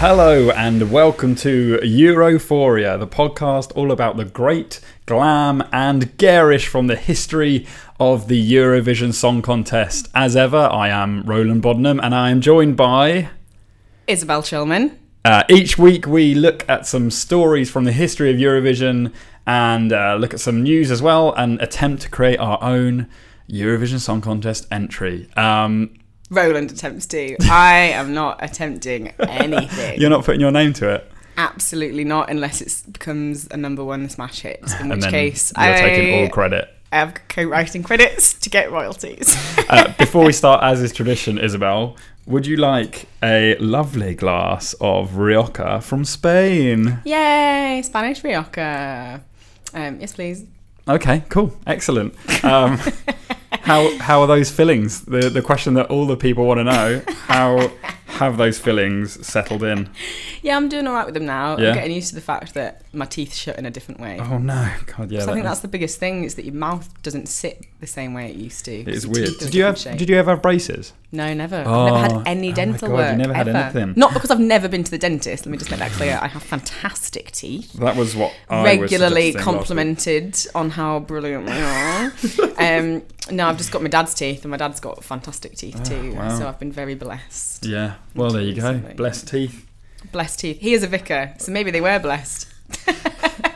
Hello and welcome to Europhoria, the podcast all about the great, glam, and garish from the history of the Eurovision Song Contest. As ever, I am Roland Bodnam and I am joined by. Isabel Shulman. Uh, each week, we look at some stories from the history of Eurovision and uh, look at some news as well and attempt to create our own Eurovision Song Contest entry. Um, Roland attempts to. I am not attempting anything. you're not putting your name to it. Absolutely not, unless it becomes a number one smash hit. and In which then case, you're I, taking all credit. I have co-writing credits to get royalties. Uh, before we start, as is tradition, Isabel, would you like a lovely glass of Rioja from Spain? Yay, Spanish Rioja. Um, yes, please. Okay, cool, excellent. Um, how how are those fillings? The the question that all the people want to know: How have those fillings settled in? Yeah, I'm doing all right with them now. Yeah? I'm getting used to the fact that my teeth shut in a different way. Oh no, God, yeah, So I think that- that's the biggest thing is that your mouth doesn't sit the same way it used to. it is Your teeth weird. Did are a you have different shape. Did you ever have braces? No, never. Oh, I've never had any oh my dental God, you work. never had ever. anything. Not because I've never been to the dentist. Let me just make that clear. I have fantastic teeth. That was what I was regularly suggesting last week. complimented on how brilliant they are. um, no, I've just got my dad's teeth, and my dad's got fantastic teeth too. Ah, wow. So I've been very blessed. Yeah. Well, there you go. Recently. Blessed teeth. Blessed teeth. He is a vicar, so maybe they were blessed.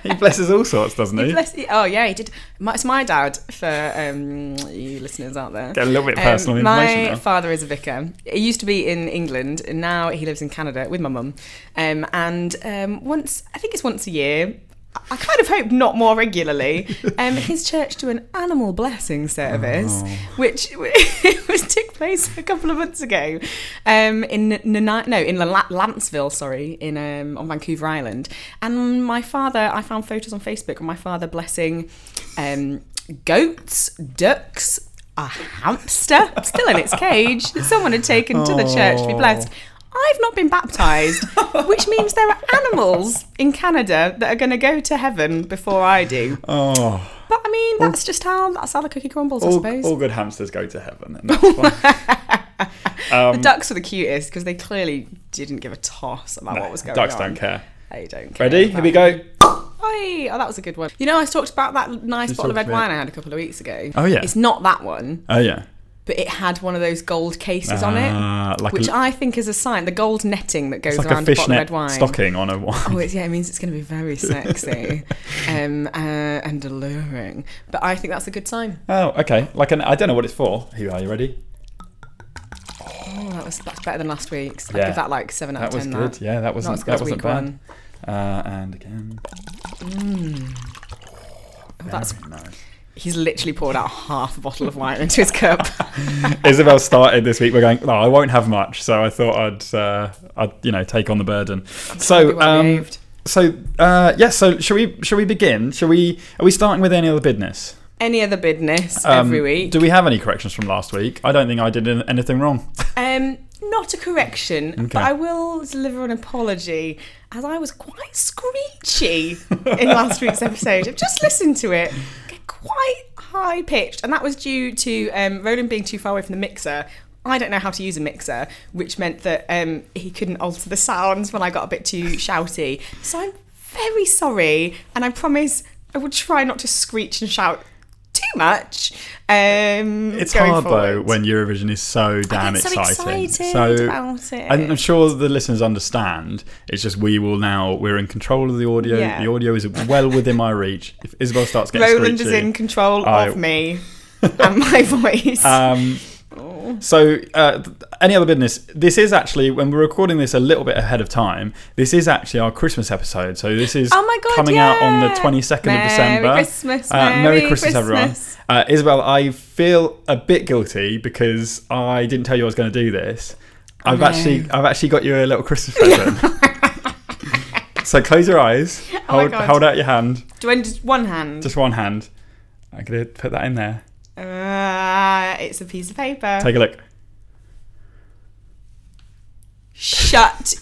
He blesses all sorts, doesn't he? Bless- oh yeah, he did. My, it's my dad for um, you listeners out there. Get a little bit Um, personal information my now. father is a vicar. He used to be in England, and now he lives in Canada with my mum. Um, and um, once, I think it's once a year. I- I kind of hope not more regularly. Um, his church do an animal blessing service, Oh. which was took place a couple of months ago, um, in Nana- no in La- Lanceville, sorry, in um, on Vancouver Island. And my father, I found photos on Facebook of my father blessing um, goats, ducks, a hamster still in its cage that someone had taken to the church to be blessed. I've not been baptized, which means there are animals in Canada that are going to go to heaven before I do. Oh, But I mean, that's just how that's how the cookie crumbles, I all, suppose. all good hamsters go to heaven. And that's fine. Um, the ducks were the cutest because they clearly didn't give a toss about what was going Ducks on. don't care. They don't care. Ready? Here we go. Oi, oh, that was a good one. You know, I talked about that nice You bottle of talked red about- wine I had a couple of weeks ago. Oh, yeah. It's not that one, Oh yeah. but it had one of those gold cases on it. Ah, like Which a, I think is a sign, the gold netting that goes it's like a around a bottle of red fishnet wine. stocking on a Oh, wine. it's, yeah, it means it's going to be very sexy um, uh, and alluring. But I think that's a good sign. Oh, okay. Like an I don't know what it's for. Here, are you ready? Oh, that was that's better than last week's. Yeah. I'd give that like seven out That of was ten. good. Yeah, that Not wasn't as good that as wasn't week bad. one. Uh, and again. Oh, that's Very nice. He's literally poured out half a bottle of wine into his cup. Isabel started this week. We're going. No, I won't have much. So I thought I'd, uh, I'd you know, take on the burden. So, um, so uh, yes. so, shall we? Shall we begin? Shall we? Are we starting with any other business? Any other business Um, every week? Do we have any corrections from last week? I don't think I did an- anything wrong. Um, not a correction, Okay. but I will deliver an apology as I was quite screechy in last week's episode. I've just listened to it. Get Quite high pitched, and that was due to um, Roland being too far away from the mixer. I don't know how to use a mixer, which meant that um, he couldn't alter the sounds when I got a bit too shouty. So I'm very sorry, and I promise I will try not to screech and shout too much. Um, It's going hard though forward. when Eurovision is so damn so exciting. excited about it. I'm I'm sure the listeners understand. It's just we will now. We're in control of the audio. Yeah. The audio is well within my reach. If Isabel starts getting Roland is screechy- in control I- of me and my voice. Um, so, uh, th- any other business? This is actually when we're recording this a little bit ahead of time. This is actually our Christmas episode. So this is Oh my God, coming out on the yeah. twenty second of Merry December. Christmas, Uh, Merry Merry Christmas, everyone. Christmas. Uh, Isabel, I feel a bit guilty because I didn't tell you I was going to do this. I've no. actually, I've actually got you a little Christmas present. so close your eyes. Oh my Hold, God. hold out your hand. Do I just one hand? Just one hand. I'm gonna put that in there. Uh, it's a piece of paper. Take a look. shut.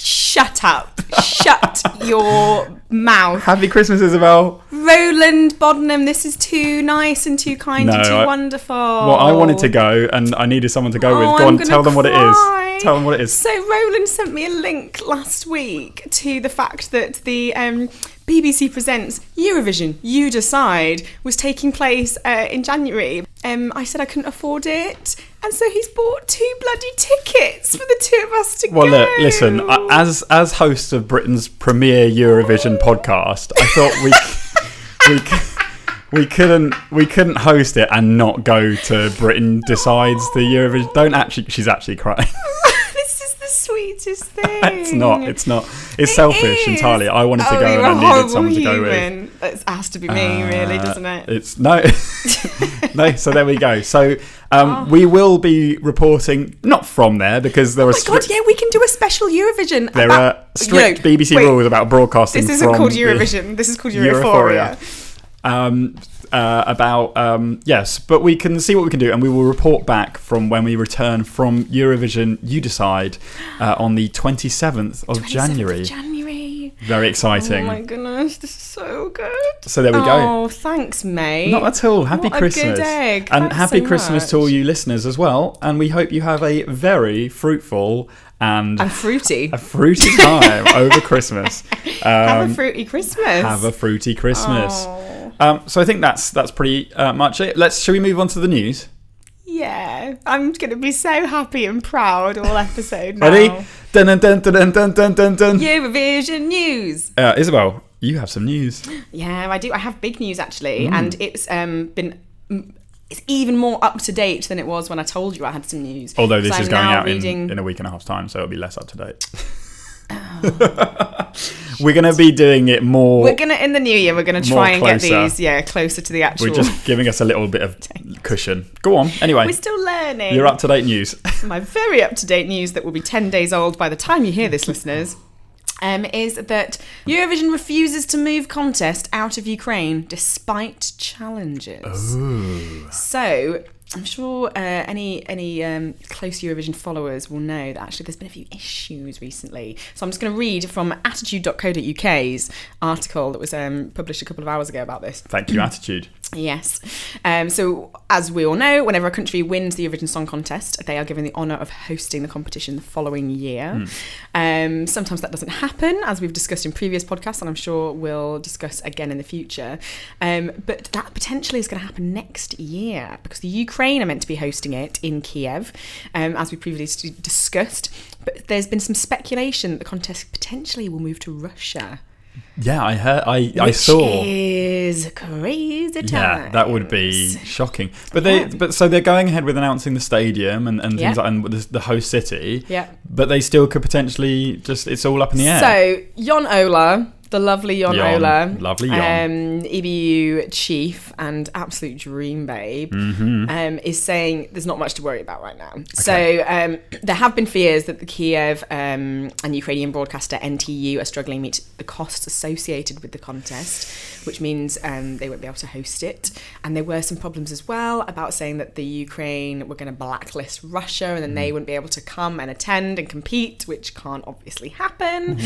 Shut up. shut your mouth. Happy Christmas, Isabel. Roland Bodnam, this is too nice and too kind and No, too I- wonderful. Well, I wanted to go, and I needed someone to go Oh, with. Go I'm on, gonna tell them what it cry. is. Tell them what it is. So Roland sent me a link last week to the fact that the um, BBC Presents Eurovision You Decide was taking place uh, in January. Um, I said I couldn't afford it, and so he's bought two bloody tickets for the two of us to Well, go. look, listen. I- As as host of Britain's premier Eurovision podcast, I thought we c- we c- we couldn't we couldn't host it and not go to Britain decides the Eurovision. Don't actually. She's actually crying. this is the sweetest thing. it's not. It's not. It's selfish is. entirely. I wanted to Oh, go, and you're a I needed horrible someone to go with. human. It has to be me, really, Uh, doesn't it? It's no, no. So there we go. So Oh. um, we will be reporting not from there because there are Oh my god, strict, yeah, we can do a special Eurovision. there about- are strict you know, BBC wait, rules about broadcasting. This isn't from called the Eurovision. This is called Europhoria. Europhoria. Um, uh, about um, yes, but we can see what we can do, and we will report back from when we return from Eurovision. You decide uh, on the twenty seventh of 27th January. of January. Very Oh exciting. my goodness, this is so good. so there we go. Oh, thanks, mate. Not at all. Happy What a good Christmas. egg. And Thanks happy so Christmas to much. all you listeners as well. And we hope you have a very fruitful and and fruity. a fruity time over Christmas. have a Um, fruity Christmas. have a fruity Christmas. Oh, Um, so I think that's that's pretty uh, much it. Let's shall we move on to the news? yeah, I'm gonna be so happy and proud all episode now. Ready? Dun dun dun dun dun dun dun dun. Eurovision news. Uh, Isabel, you have some news. Yeah, I do. I have big news actually, Mm. and it's um been mm, it's even more up to date than it was when I told you I had some news. Although 'Cause this is I'm going now out in, reading- in a week and a half's time, so it'll be less up to date. We're going to be doing it more Oh. We're gonna in the new year. We're gonna More try and get closer. these yeah closer to the actual. We're just giving us a little bit of cushion. Go on. Anyway, We're still learning. you're up to date news. My very up to date news that will be 10 days old by the time you hear this, listeners. Um, is that Eurovision refuses to move contest out of Ukraine despite challenges? So I'm sure uh, any any um, close Eurovision followers will know that actually there's been a few issues recently. So I'm just going to read from Attitude.co.uk's article that was um, published a couple of hours ago about this. Thank you, attitude. Yes. Um, so, as we all know, whenever a country wins the Eurovision Song Contest, they are given the honour of hosting the competition the following year. Hmm. Um, sometimes that doesn't happen, as we've discussed in previous podcasts, and I'm sure we'll discuss again in the future. Um, but that potentially is going to happen next year because the Ukraine are meant to be hosting it in Kiev, um, as we previously discussed. But there's been some speculation that the contest potentially will move to Russia. Yeah, I heard. I, I which saw. Is crazy times. Yeah, that would be shocking. But they, Yeah. but so they're going ahead with announcing the stadium and, and things Yeah. like and the, the host city. Yeah. But they still could potentially just. It's all up in the air. So Jon Ola, the lovely Jon Jon, Ola, lovely Jon. um, EBU chief and absolute dream babe, um, is saying there's not much to worry about right now. So um, there have been fears that the Kiev um, and Ukrainian broadcaster NTU are struggling to meet the costs associated with the contest, which means um, they won't be able to host it. And there were some problems as well about saying that the Ukraine were going to blacklist Russia and then they wouldn't be able to come and attend and compete, which can't obviously happen.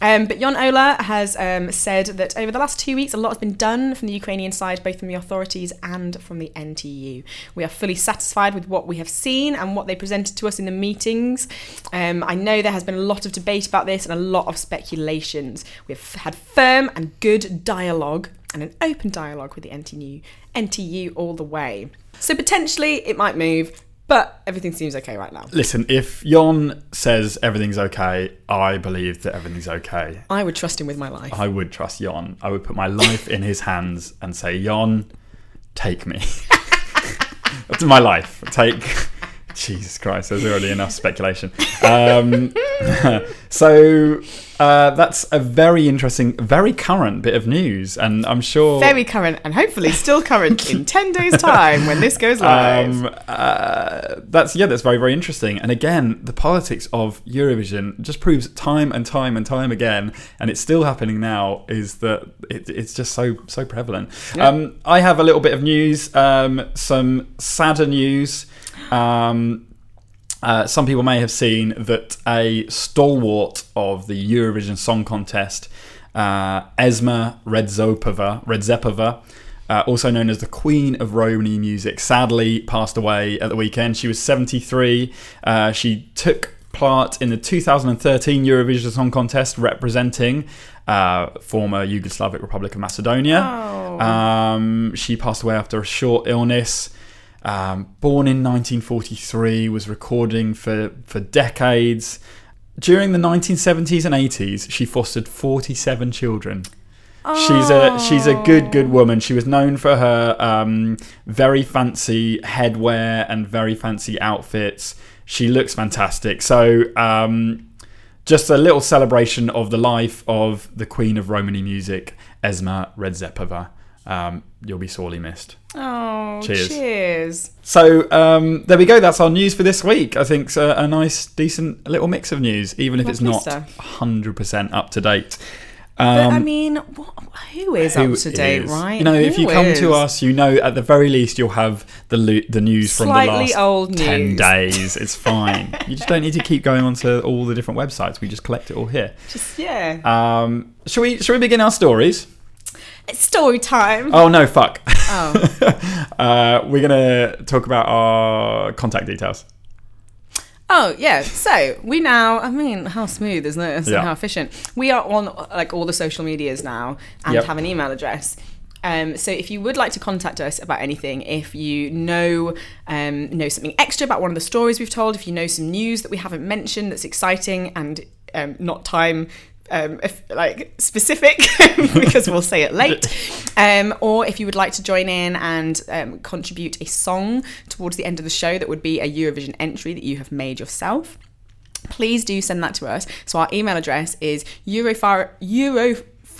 Um, but Jon Ola has um, said that over the last two weeks, a lot has been done from the Ukrainian side, both from the authorities and from the NTU. We are fully satisfied with what we have seen and what they presented to us in the meetings. Um, I know there has been a lot of debate about this and a lot of speculations. We've had firm and good dialogue and an open dialogue with the NTU, NTU all the way. So potentially it might move, but everything seems okay right now. Listen, if Jon says everything's okay, I believe that everything's okay. I would trust him with my life. I would trust Jon. I would put my life in his hands and say, Jon, take me. That's my life. Take. Jesus Christ, there's already enough speculation. Um, so uh, that's a very interesting, very current bit of news, and I'm sure. Very current and hopefully still current in 10 days' time when this goes live. um, uh, that's yeah, that's very very interesting. And again, the politics of Eurovision just proves time and time and time again, and it's still happening now. Is that it, it's just so so prevalent. Um, I have a little bit of news, um, some sadder news. Um, uh, some people may have seen that a stalwart of the Eurovision Song Contest uh, Esma Redzopova, Redzepova, uh, also known as the Queen of Romani music, sadly passed away at the weekend. She was 73. Uh, she took part in the 2013 Eurovision Song Contest representing uh, former Yugoslav Republic of Macedonia. Oh. Um, she passed away after a short illness. Um, born in 1943, was recording for, for decades. During the 1970s and 80s, she fostered 47 children. She's a she's a Oh. good good woman. She was known for her um, very fancy headwear and very fancy outfits. She looks fantastic. So um, just a little celebration of the life of the Queen of Romani music, Esma Redzepova. Um, you'll be sorely missed. Oh, Cheers. cheers. So um, there we go. That's our news for this week. I think uh, a, a nice, decent little mix of news, even if it's Lovely not stuff. 100% up to date. But I Um, mean, what, who is who up to date, is. right? You know, if Who you come to is? us, you know at the very least you'll have the lo- the news from the Slightly last old ten news. days. It's fine. you just don't need to keep going onto all the different websites. We just collect it all here. Just, yeah, Um, shall we? Shall we begin our stories? it's story time. Oh no, fuck. Oh, Uh, we're gonna talk about our contact details. oh yeah. So we now, I mean, how smooth is this? Yeah. And how efficient? We are on like all the social medias now and Yep. have an email address. Um, so if you would like to contact us about anything, if you know um, know something extra about one of the stories we've told, if you know some news that we haven't mentioned that's exciting and um, not time um, if, like specific because we'll say it late, um, or if you would like to join in and um, contribute a song towards the end of the show that would be a Eurovision entry that you have made yourself please do send that to us. So our email address is eurofar Europhoria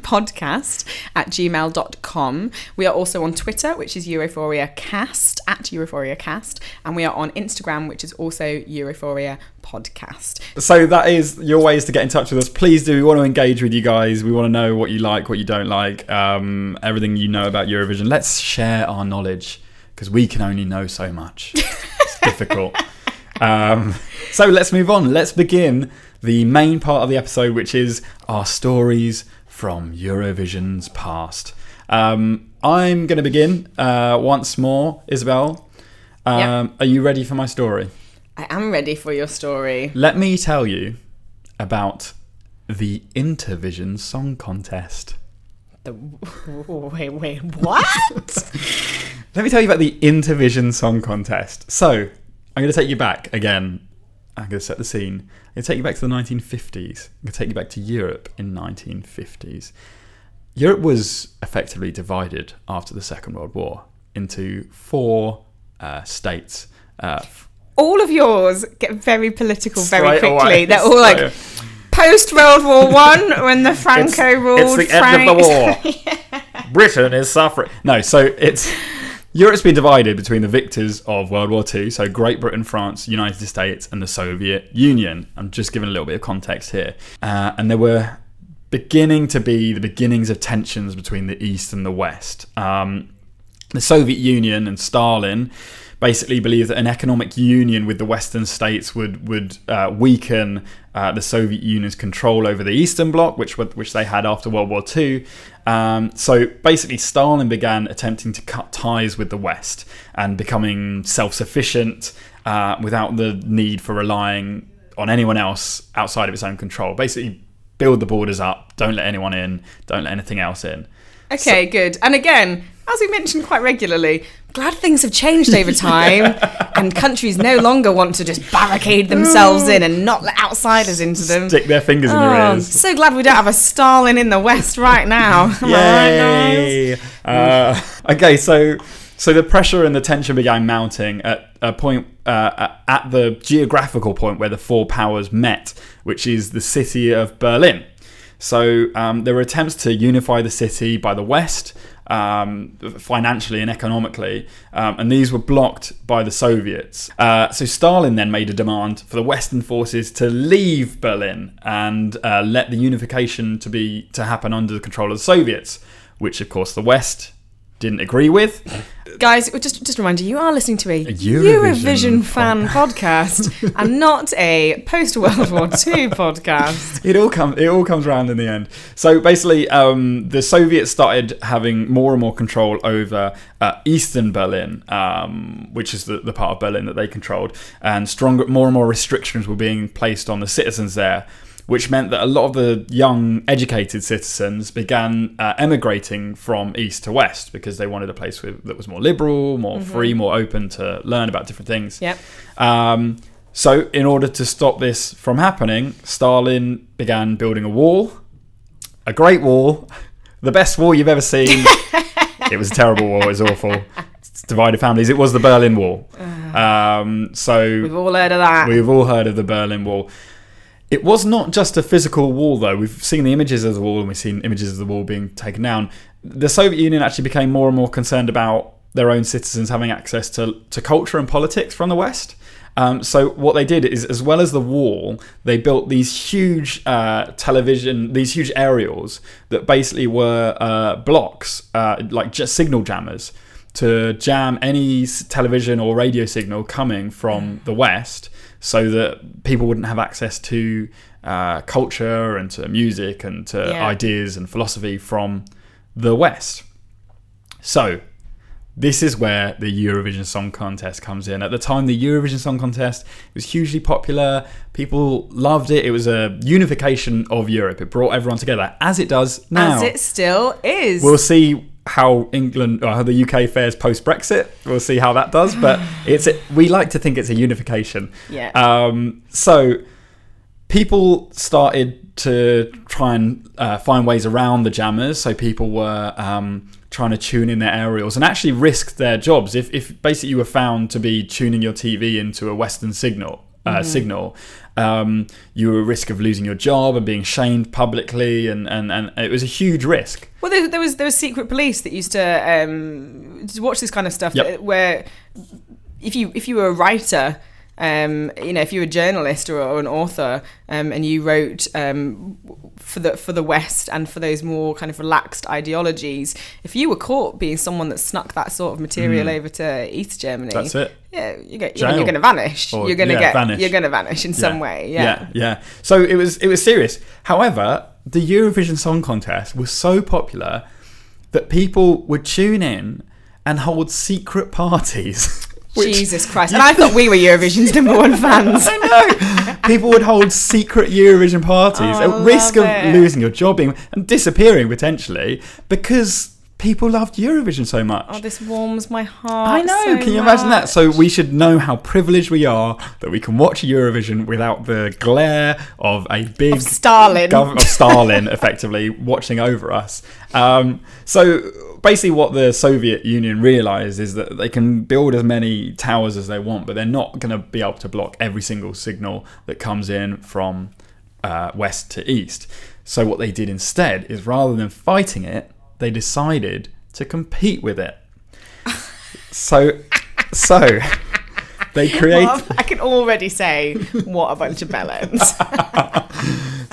podcast at gmail.com. We are also on Twitter, which is Europhoria Cast at Europhoria Cast, and we are on Instagram, which is also Europhoria Podcast. So that is your ways to get in touch with us. Please do. We want to engage with you guys. We want to know what you like, what you don't like, um, everything you know about Eurovision. Let's share our knowledge because we can only know so much. it's difficult. Um, so let's move on. Let's begin the main part of the episode, which is our stories from Eurovision's past. Um, I'm going to begin uh, once more, Isabel. Um, Yep. Are you ready for my story? I am ready for your story. Let me tell you about the Intervision Song Contest. The, wait, wait, what? Let me tell you about the Intervision Song Contest. So, I'm going to take you back again. I'm going to set the scene. I'm going to take you back to the 1950s. I'm going to take you back to Europe in 1950s. Europe was effectively divided after the Second World War into four uh, states. Uh, all of yours get very political very straight quickly. away. They're all like, Straight away. post World War One when the Franco ruled. Frank- Britain is suffering. No, so it's Europe's been divided between the victors of World War II, so Great Britain, France, United States, and the Soviet Union. I'm just giving a little bit of context here, uh, and there were beginning to be the beginnings of tensions between the East and the West. Um, the Soviet Union and Stalin basically believed that an economic union with the Western states would would uh, weaken uh, the Soviet Union's control over the Eastern Bloc, which wa- which they had after World War II. Um, so basically, Stalin began attempting to cut ties with the West and becoming self-sufficient uh, without the need for relying on anyone else outside of its own control. Basically, build the borders up, don't let anyone in, don't let anything else in. Okay, good. And again, as we mentioned quite regularly, glad things have changed over time and countries no longer want to just barricade themselves in and not let outsiders into them. Stick their fingers in their Oh, ears. so glad we don't have a Stalin in the West right now. Am I right, guys? Yay. Uh, okay, so so the pressure and the tension began mounting at a point uh, at the geographical point where the four powers met, which is the city of Berlin. So um, there were attempts to unify the city by the West, um, financially and economically, um, and these were blocked by the Soviets. Uh, so Stalin then made a demand for the Western forces to leave Berlin and uh, let the unification to be to happen under the control of the Soviets, which of course the West didn't agree with. Guys, just just a reminder, you are listening to a, Eurovision Eurovision, fan podcast and not a post World War II podcast. It all comes it all comes round in the end. So basically, um, the Soviets started having more and more control over uh, Eastern Berlin, um, which is the, the part of Berlin that they controlled, and stronger, more and more restrictions were being placed on the citizens there. Which meant that a lot of the young, educated citizens began uh, emigrating from east to west because they wanted a place with, that was more liberal, more free, more open to learn about different things. Yep. Um, so, in order to stop this from happening, Stalin began building a wall, a great wall, the best wall you've ever seen. it was a terrible wall. It was awful. It's divided families. It was the Berlin Wall. Um, We've so all heard of that. we've all heard of the Berlin Wall. It was not just a physical wall, though. We've seen the images of the wall, and we've seen images of the wall being taken down. The Soviet Union actually became more and more concerned about their own citizens having access to, to culture and politics from the West. Um, so what they did is, as well as the wall, they built these huge uh, television, these huge aerials that basically were uh, blocks, uh, like just signal jammers, to jam any s- television or radio signal coming from the West, so that people wouldn't have access to uh, culture and to music and to Yeah. ideas and philosophy from the West. So this is where the Eurovision Song Contest comes in. At the time, the Eurovision Song Contest was hugely popular. People loved it. It was a unification of Europe. It brought everyone together, as it does now. As it still is. We'll see how England or how the UK fares post Brexit. We'll see how that does. But it's we like to think it's a unification. Yeah. Um, so people started to try and uh, find ways around the jammers. So people were um, trying to tune in their aerials and actually risked their jobs. If, if basically you were found to be tuning your TV into a Western signal, uh, signal, um, you were at risk of losing your job and being shamed publicly, and, and, and it was a huge risk. Well, there, there was there was secret police that used to um, to watch this kind of stuff. Yep. uh, Where if you if you were a writer, um, you know, if you were a journalist or, or an author, um, and you wrote um, for the for the West and for those more kind of relaxed ideologies, if you were caught being someone that snuck that sort of material over to East Germany, Mm-hmm. That's it. Yeah, you go, Jail. you're going to vanish. Or- you're going to yeah, get vanish. you're going to vanish in some way. yeah, yeah. So it was it was serious. However, the Eurovision Song Contest was so popular that people would tune in and hold secret parties. which- Jesus Christ! And I thought we were Eurovision's number one fans. I know. People would hold secret Eurovision parties Oh, I at risk of love it. losing your job being- and disappearing potentially because people loved Eurovision so much. Oh, this warms my heart. I know. so can you imagine that? much. So we should know how privileged we are that we can watch Eurovision without the glare of a big Stalin. gov- of Stalin, effectively watching over us. Um, so basically, what the Soviet Union realized is that they can build as many towers as they want, but they're not going to be able to block every single signal that comes in from uh, west to east. So what they did instead is, rather than fighting it, they decided to compete with it. So, so they create. Well, I can already say what a bunch of melons.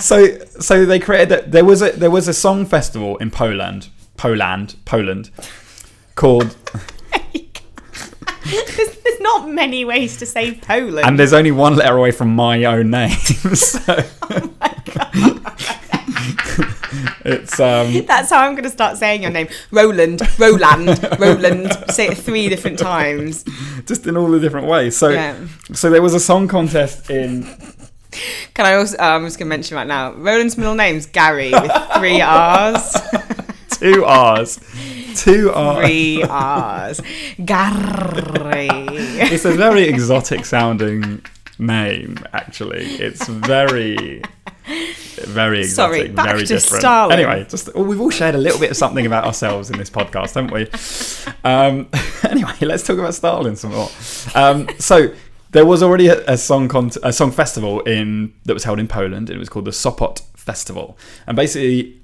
so so they created that there was a there was a song festival in Poland Poland Poland called there's, there's not many ways to say Poland. and there's only one letter away from my own name so it's um That's how I'm going to start saying your name, Roland, Roland, Roland. Say it three different times. just in all the different ways so Yeah. so there was a song contest in Can I also? uh, I'm just going to mention right now. Roland's middle name's Gary with three R's. two R's two R's Three R's. Gary. it's a very exotic sounding name actually it's very very exotic Sorry, back very to different Stalin. anyway just well, we've all shared a little bit of something about ourselves in this podcast haven't we um, anyway let's talk about Stalin some more um, so there was already a, a song cont- a song festival in that was held in Poland and it was called the Sopot Festival and basically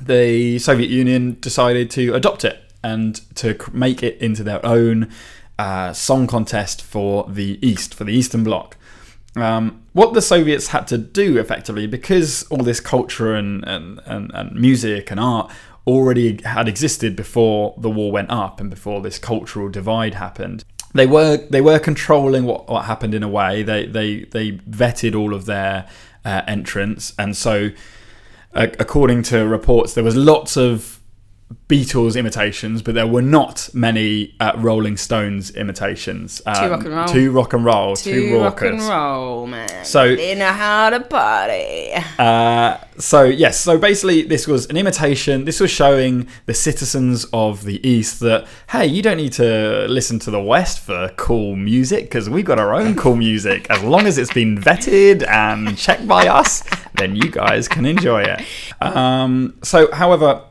the Soviet Union decided to adopt it and to c- make it into their own uh, song contest for the East, for the Eastern Bloc. Um, what the Soviets had to do effectively, because all this culture and, and, and, and music and art already had existed before the wall went up and before this cultural divide happened. They were they were controlling what, what happened in a way. They they they vetted all of their uh, entrants, and so uh, according to reports, there was lots of Beatles imitations, but there were not many uh, Rolling Stones imitations. Um, rock and roll. Two rock and roll. Two, To rock and rockers. roll, man. So- in a harder party. Uh, so yes, so basically this was an imitation. This was showing the citizens of the East that hey, you don't need to listen to the West for cool music because we've got our own cool music. As long as it's been vetted and checked by us, then you guys can enjoy it. Um, so, however,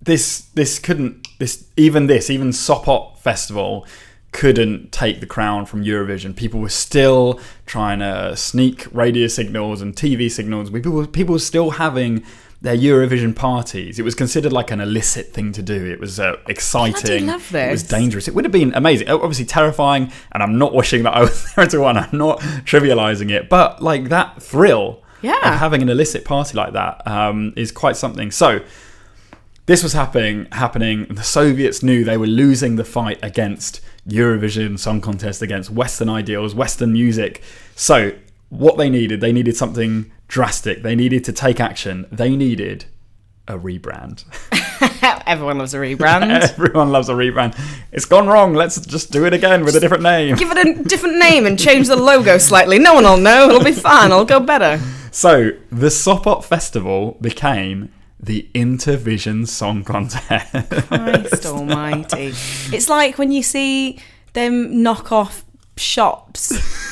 this this couldn't this even this even Sopot festival couldn't take the crown from Eurovision. People were still trying to sneak radio signals and TV signals. People were, people were still having their Eurovision parties. It was considered like an illicit thing to do. It was uh, exciting. love It was this. dangerous. It would have been amazing. Obviously terrifying, and I'm not wishing that I was there to one. I'm not trivializing it, but like that thrill Yeah. of having an illicit party like that um, is quite something. So this was happening happening the soviets knew they were losing the fight against eurovision song contest against western ideals western music so what they needed they needed something drastic they needed to take action they needed a rebrand Everyone loves a rebrand. everyone loves a rebrand it's gone wrong let's just do it again with a different name Give it a different name and change the logo slightly. No one will know. It'll be fine. It'll go better. so the sopot festival became the intervision song contest Christ almighty. It's like when you see them knockoff shops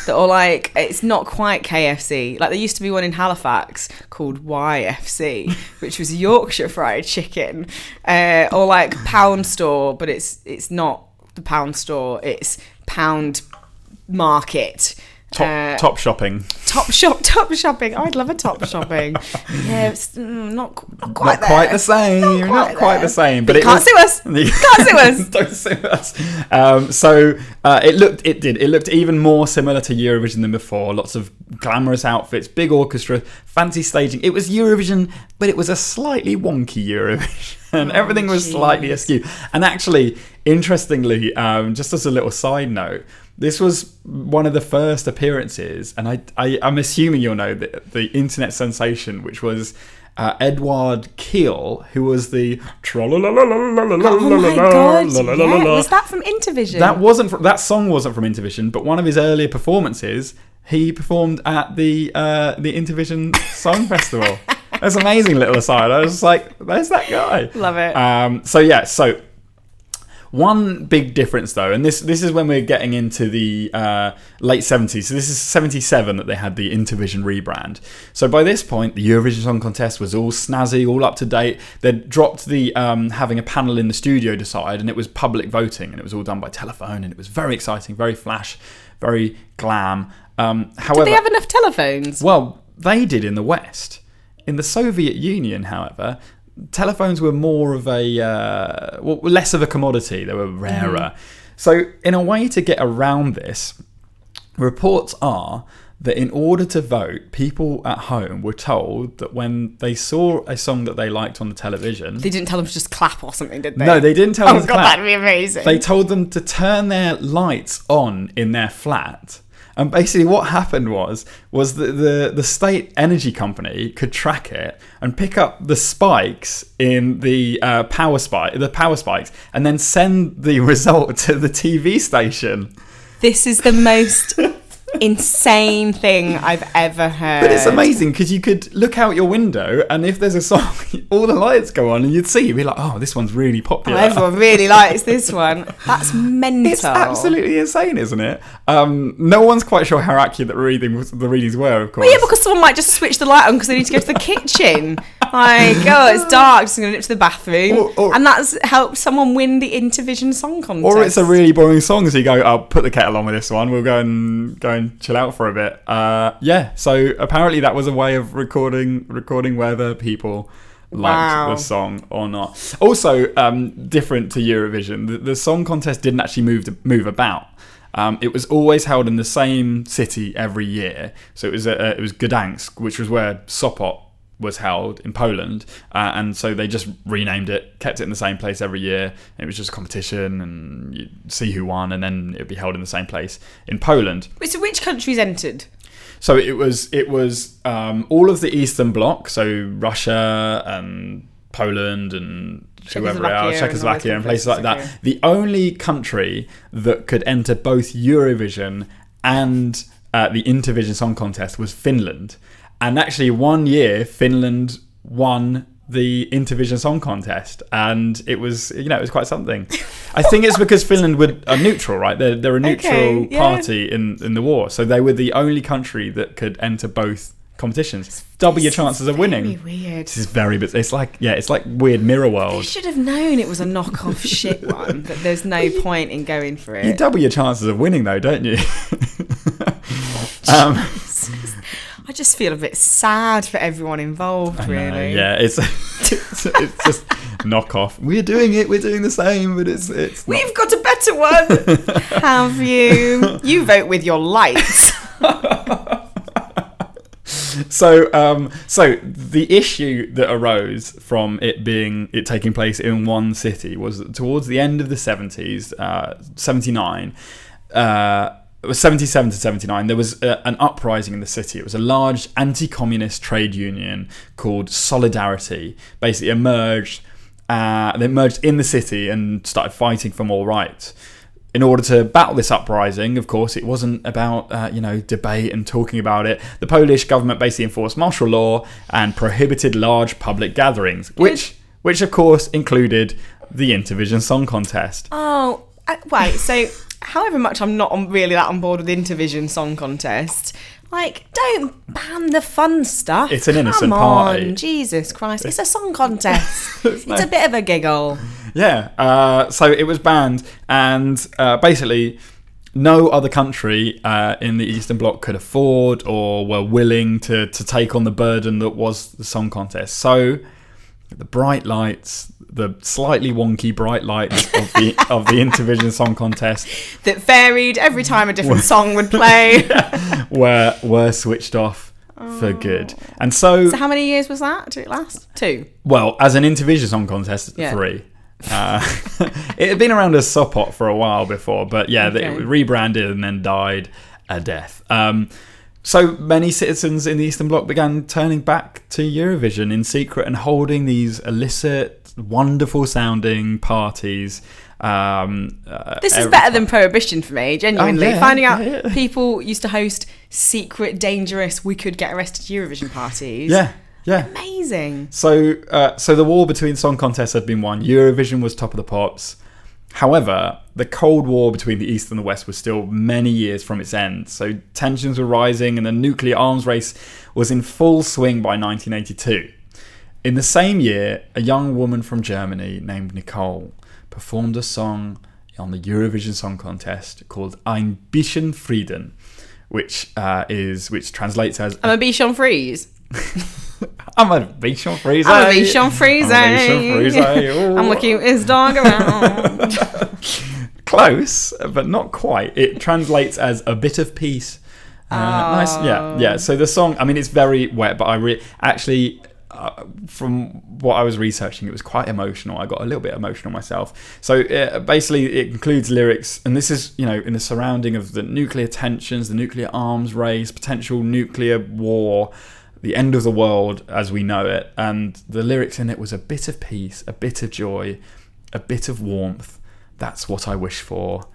that are like it's not quite KFC. Like there used to be one in Halifax called YFC, which was Yorkshire fried chicken. Uh, or like pound store, but it's it's not the pound store, it's pound market. top, Uh, top shopping top shop, top shopping. Oh, I'd love a top shopping. yeah, it's mm, not, qu- not quite not quite there. the same. Not quite, the same, but You it can't was, sue us. You can't sue us. Don't sue us. Um, so uh, it looked, it did, it looked even more similar to Eurovision than before. Lots of glamorous outfits, big orchestra, fancy staging. It was Eurovision, but it was a slightly wonky Eurovision. And everything was jeez. slightly askew. And actually, interestingly, um, just as a little side note, this was one of the first appearances, and I, I, I'm assuming you'll know the, the internet sensation, which was uh, Edward Keel, who was the Oh my god! yeah. Was that that from Intervision? wasn't from, that song wasn't from Intervision, but one of his earlier performances, he performed at the uh, the Intervision Song Festival. That's amazing little aside. I was just like, "There's that guy." Love it. Um, so yeah, so one big difference though, and this this is when we're getting into the uh, late seventies. So this is seventy seven that they had the Intervision rebrand. So by this point, the Eurovision Song Contest was all snazzy, all up to date. They'd dropped the um, having a panel in the studio decide, and it was public voting, and it was all done by telephone, and it was very exciting, very flash, very glam. Um, however, Did they have enough telephones? well, they did in the West. In the Soviet Union, however, telephones were more of a uh, well, less of a commodity. They were rarer. So, in a way, to get around this, reports are that in order to vote, people at home were told that when they saw a song that they liked on the television, They didn't tell them to just clap or something, did they? no, they didn't tell Oh them god, to clap. that'd be amazing. They told them to turn their lights on in their flat. And basically what happened was was that the, the state energy company could track it and pick up the spikes in the uh, power spike the power spikes and then send the result to the TV station. this is the most insane thing I've ever heard. But it's amazing because you could look out your window and if there's a song all the lights go on and you'd see you'd be like, Oh, this one's really popular. Everyone really likes this one. That's mental. It's absolutely insane, isn't it? Um, no one's quite sure how accurate the, reading, the readings were, of course. Yeah, because someone might just switch the light on because they need to go to the kitchen. Like, oh, it's dark, just going to nip to the bathroom. Or- or- and that's helped someone win the Intervision Song Contest. or it's a really boring song, so you go, "I'll put the kettle on with this one. We'll go and go and chill out for a bit." Uh, yeah. So apparently that was a way of recording recording whether people liked Wow. the song or not. Also, um, different to Eurovision, the, the song contest didn't actually move to, move about. Um, it was always held in the same city every year, so it was uh, it was Gdansk, which was where Sopot was held in Poland, uh, and so they just renamed it, kept it in the same place every year. It was just a competition, and you see who won, and then it'd be held in the same place in Poland. Wait, So which countries entered? So it was it was um, all of the Eastern Bloc, so Russia and Poland and whoever Czechoslovakia and all else, those Czechoslovakia and different places like that. places, The only country that could enter both Eurovision and uh, the Intervision Song Contest was Finland. And actually, one year Finland won the Intervision Song Contest, and it was you know it was quite something. I think it's because Finland were are neutral, right? They're they're a neutral Okay, yeah. party in, in the war. So they were the only country that could enter both competitions. Double Oh, your This is chances of winning. Very weird. This is very bit. It's like yeah, it's like weird mirror I world. should have known it was a knockoff shit one. That there's no point in going for You it. double your chances of winning though, don't you? um, I just feel a bit sad for everyone involved, I know, really. yeah, it's it's, it's just knockoff. We're doing it. We're doing the same, but it's it's. Not. We've got a better one. have you? You vote with your lights. So um, so the issue that arose from it being it taking place in one city was that towards the end of the seventies, uh, seventy nine. Uh, it was 77 to 79. There was a, an uprising in the city. It was a large anti communist trade union called Solidarity, basically emerged. Uh, they emerged in the city and started fighting for more rights in order to battle this uprising, of course, it wasn't about uh, you know debate and talking about it. The Polish government basically enforced martial law and prohibited large public gatherings, which which of course included the Intervision Song Contest. Oh, uh, wait. So, however much I'm not on, really that on board with Intervision Song Contest, like, don't ban the fun stuff. It's an innocent Come on, party. Jesus Christ. It's a song contest. It's it's no- a bit of a giggle. Yeah, uh, so it was banned, and uh, basically, no other country uh, in the Eastern Bloc could afford or were willing to to take on the burden that was the song contest. So, the bright lights, the slightly wonky bright lights of the of the Intervision Song Contest That varied every time a different song would play. were were switched off for good, and so So, how many years was that? Did it last? Two. Well, as an intervision song contest, Yeah. three. Uh, it had been around as Sopot for a while before, but yeah, that it Okay. rebranded and then died a death. Um, so many citizens in the Eastern Bloc began turning back to Eurovision in secret and holding these illicit, wonderful sounding parties. Um, uh, This is every- better than prohibition for me, genuinely. Oh, yeah, Finding out yeah, yeah. people used to host secret, dangerous, we could get arrested Eurovision parties. Yeah, yeah. Amazing. So, uh, so the war between song contests had been won. Eurovision was top of the pops. However, the Cold War between the East and the West was still many years from its end. So tensions were rising, and the nuclear arms race was in full swing by 1982. In the same year, a young woman from Germany named Nicole performed a song on the Eurovision Song Contest called "Ein bisschen Frieden," which uh, is which translates as I'm a Bichon Freeze. I'm a Bichon Frise. I'm a Bichon Frise. I'm a Bichon Frise. I'm the cutest dog around. Oh, Close, but not quite. It translates as a bit of peace. Uh, Nice, yeah, yeah. So the song, I mean, it's very wet, but I re- actually, uh, from what I was researching, it was quite emotional. I got a little bit emotional myself. So uh basically, it includes lyrics, and this is, you know, in the surrounding of the nuclear tensions, the nuclear arms race, potential nuclear war. the end of the world as we know it. And the lyrics in it was a bit of peace, a bit of joy, a bit of warmth. That's what I wish for.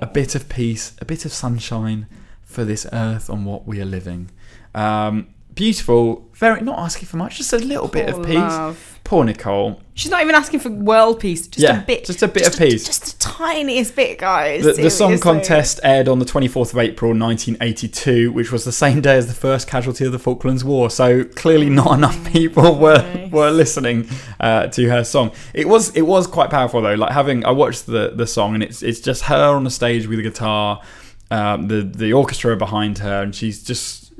A bit of peace, a bit of sunshine for this earth on what we are living. Um, beautiful, very not asking for much, just a little bit of Poor peace. love. Poor Nicole. She's not even asking for world peace, just Yeah, a bit. just a bit of peace. Just the tiniest bit, guys. The, the song seriously. contest aired on the 24th of April 1982, which was the same day as the first casualty of the Falklands War. So clearly, not enough people were Nice. were listening uh, to her song. It was it was quite powerful though. Like having I watched the the song and it's it's just her on the stage with a guitar, um, the the orchestra behind her, and she's just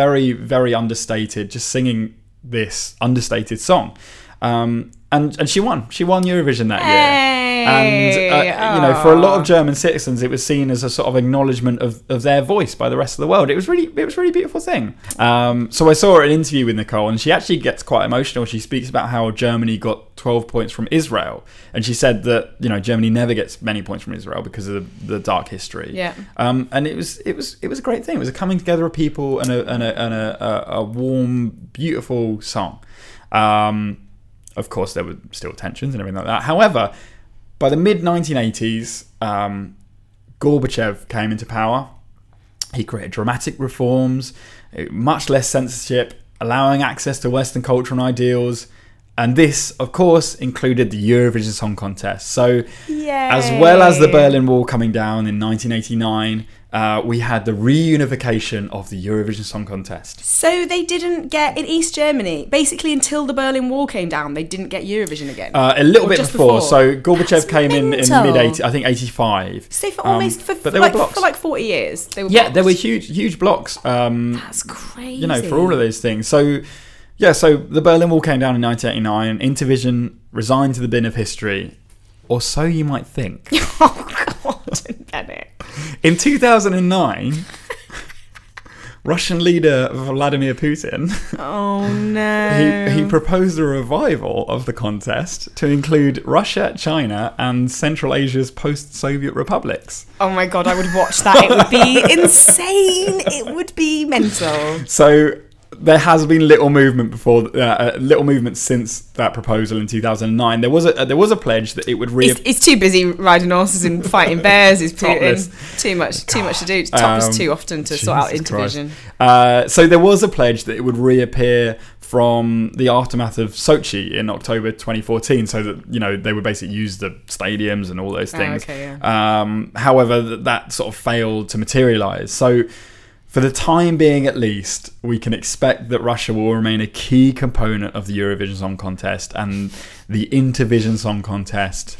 very very understated, just singing this understated song. Um, and, and she won. She won Eurovision that year. and uh, you know, for a lot of German citizens, it was seen as a sort of acknowledgement of, of their voice by the rest of the world. It was really, it was a really beautiful thing. Um, so I saw an interview with Nicole, and she actually gets quite emotional. She speaks about how Germany got 12 points from Israel, and she said that you know Germany never gets many points from Israel because of the, the dark history. Yeah. Um, and it was, it was, it was a great thing. It was a coming together of people and a and a and a, a, a warm, beautiful song. Um, of course, there were still tensions and everything like that. However, by the mid 1980s, um, Gorbachev came into power. He created dramatic reforms, uh, much less censorship, allowing access to Western culture and ideals. And this, of course, included the Eurovision Song Contest. So, as well as the Yay. Berlin Wall coming down in 1989, uh, we had the reunification of the Eurovision Song Contest. So they didn't get in East Germany. Basically, until the Berlin Wall came down, they didn't get Eurovision again. Uh, a little Or bit just before. before. So Gorbachev came in in mental. mid 80, I think 85. so for Um, almost for, but they like, were blocks. for like forty years, they were yeah, there were blocked. huge, huge blocks. Um, That's crazy. you know, for all of these things. So, yeah, so the Berlin Wall came down in 1989. Intervision resigned to the bin of history, or so you might think. oh God, Bennett. in 2009, Russian leader Vladimir Putin Oh no. he, he proposed a revival of the contest to include Russia, China, and Central Asia's post-Soviet republics. oh my God, I would watch that. It would be insane. It would be mental. So there has been little movement before, uh, little movement since that proposal in 2009. There was a uh, there was a pledge that it would reappear. He's, he's too busy riding horses and fighting bears. He's Topless. Putin. Too much, too much to do. Top Um, is too often to sort out Jesus Christ. intervision. Uh, so there was a pledge that it would reappear from the aftermath of Sochi in October 2014, so that you know they would basically use the stadiums and all those Oh, things. okay, um, however, th- that sort of failed to materialize. So. For the time being, at least, we can expect that Russia will remain a key component of the Eurovision Song Contest, and the Intervision Song Contest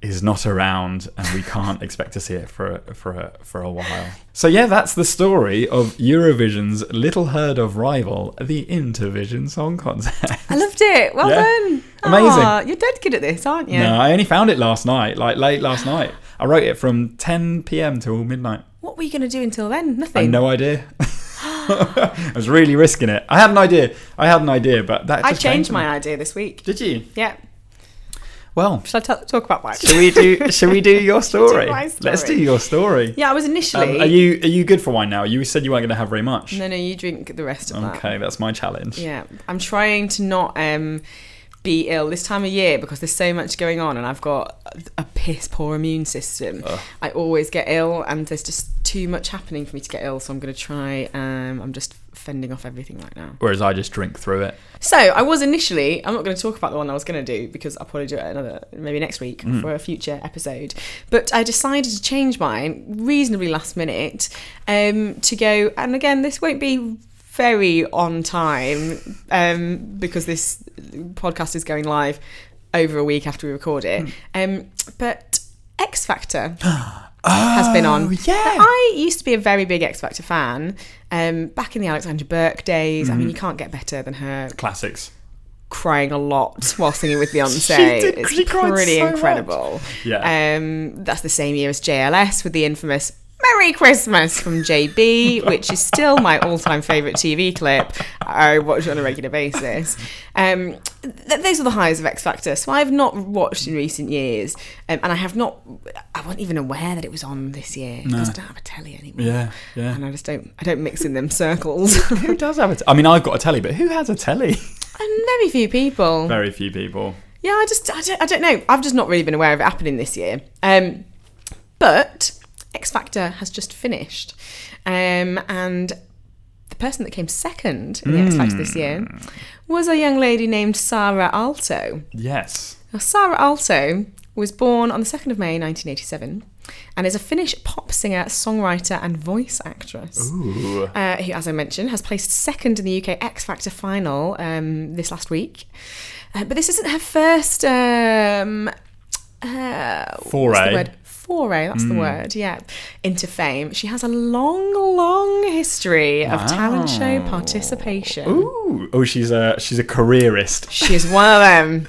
is not around, and we can't expect to see it for for a- for a while. So yeah, that's the story of Eurovision's little heard of rival, the Intervision Song Contest. I loved it. Well Yeah. done. Amazing. Aw, you're dead good at this, aren't you? No, I only found it last night, like late last night. I wrote it from 10 p.m. till midnight. What were you going to do until then? I had Nothing. no idea. I was really risking it. I had an idea. I had an idea, but that I just came changed to my me. idea this week. Did you? Yeah. Well, Shall I ta- talk about that? should we do? should we do your story? my Let's do story. your story. yeah, I was Um, initially. are you are you good for wine now? You said you weren't going to have very much. No, no, you drink the rest of that. Okay, that's my challenge. Yeah, I'm trying to not um, be ill this time of year because there's so much going on, and I've got a piss poor immune system. Ugh. I always get ill, and there's just too much happening for me to get ill. So I'm going to try. Um, I'm just fending off everything right now. Whereas I just drink through it. So I was initially. I'm not going to talk about the one I was going to do because I'll probably do it another maybe next week for a future episode. But I decided to change mine reasonably last minute um, to go. And again, this won't be very on time um, because this podcast is going live over a week after we record it. Um, but X Factor has been on. Oh, yeah. Now, I used to be a very big X Factor fan. Um, back in the Alexandra Burke days, I mean, you can't get better than her Classics. crying a lot while singing with Beyonce. did- it's she cried pretty so much. incredible. Yeah. Um, that's the same year as JLS with the infamous Merry Christmas from JB, which is still my all-time favourite TV clip. I watch it on a regular basis. Um, th- those are the highs of X Factor. So I've not watched in recent years, um, and I have not. I wasn't even aware that it was on this year because I don't have a telly anymore. Yeah, yeah. And I just don't. I don't mix in them circles. Who does have a? T- I mean, I've got a telly, but who has a telly? and very few people. Very few people. Yeah, I just I don't, I don't know. I've just not really been aware of it happening this year. Um, but X Factor has just finished, um, and the person that came second in the X Factor this year was a young lady named Sarah Alto. Yes. Now, Sarah Alto was born on the 2nd of May 1987 and is a Finnish pop singer, songwriter, and voice actress. Ooh. Uh, who, as I mentioned, has placed second in the UK X Factor final um, this last week. Uh, but this isn't her first um, uh, what's the Foray. Hmm. word? foray, that's the word, yeah, into fame. She has a long, long history of talent show participation. Ooh. Oh, she's a she's a careerist. She is one of them.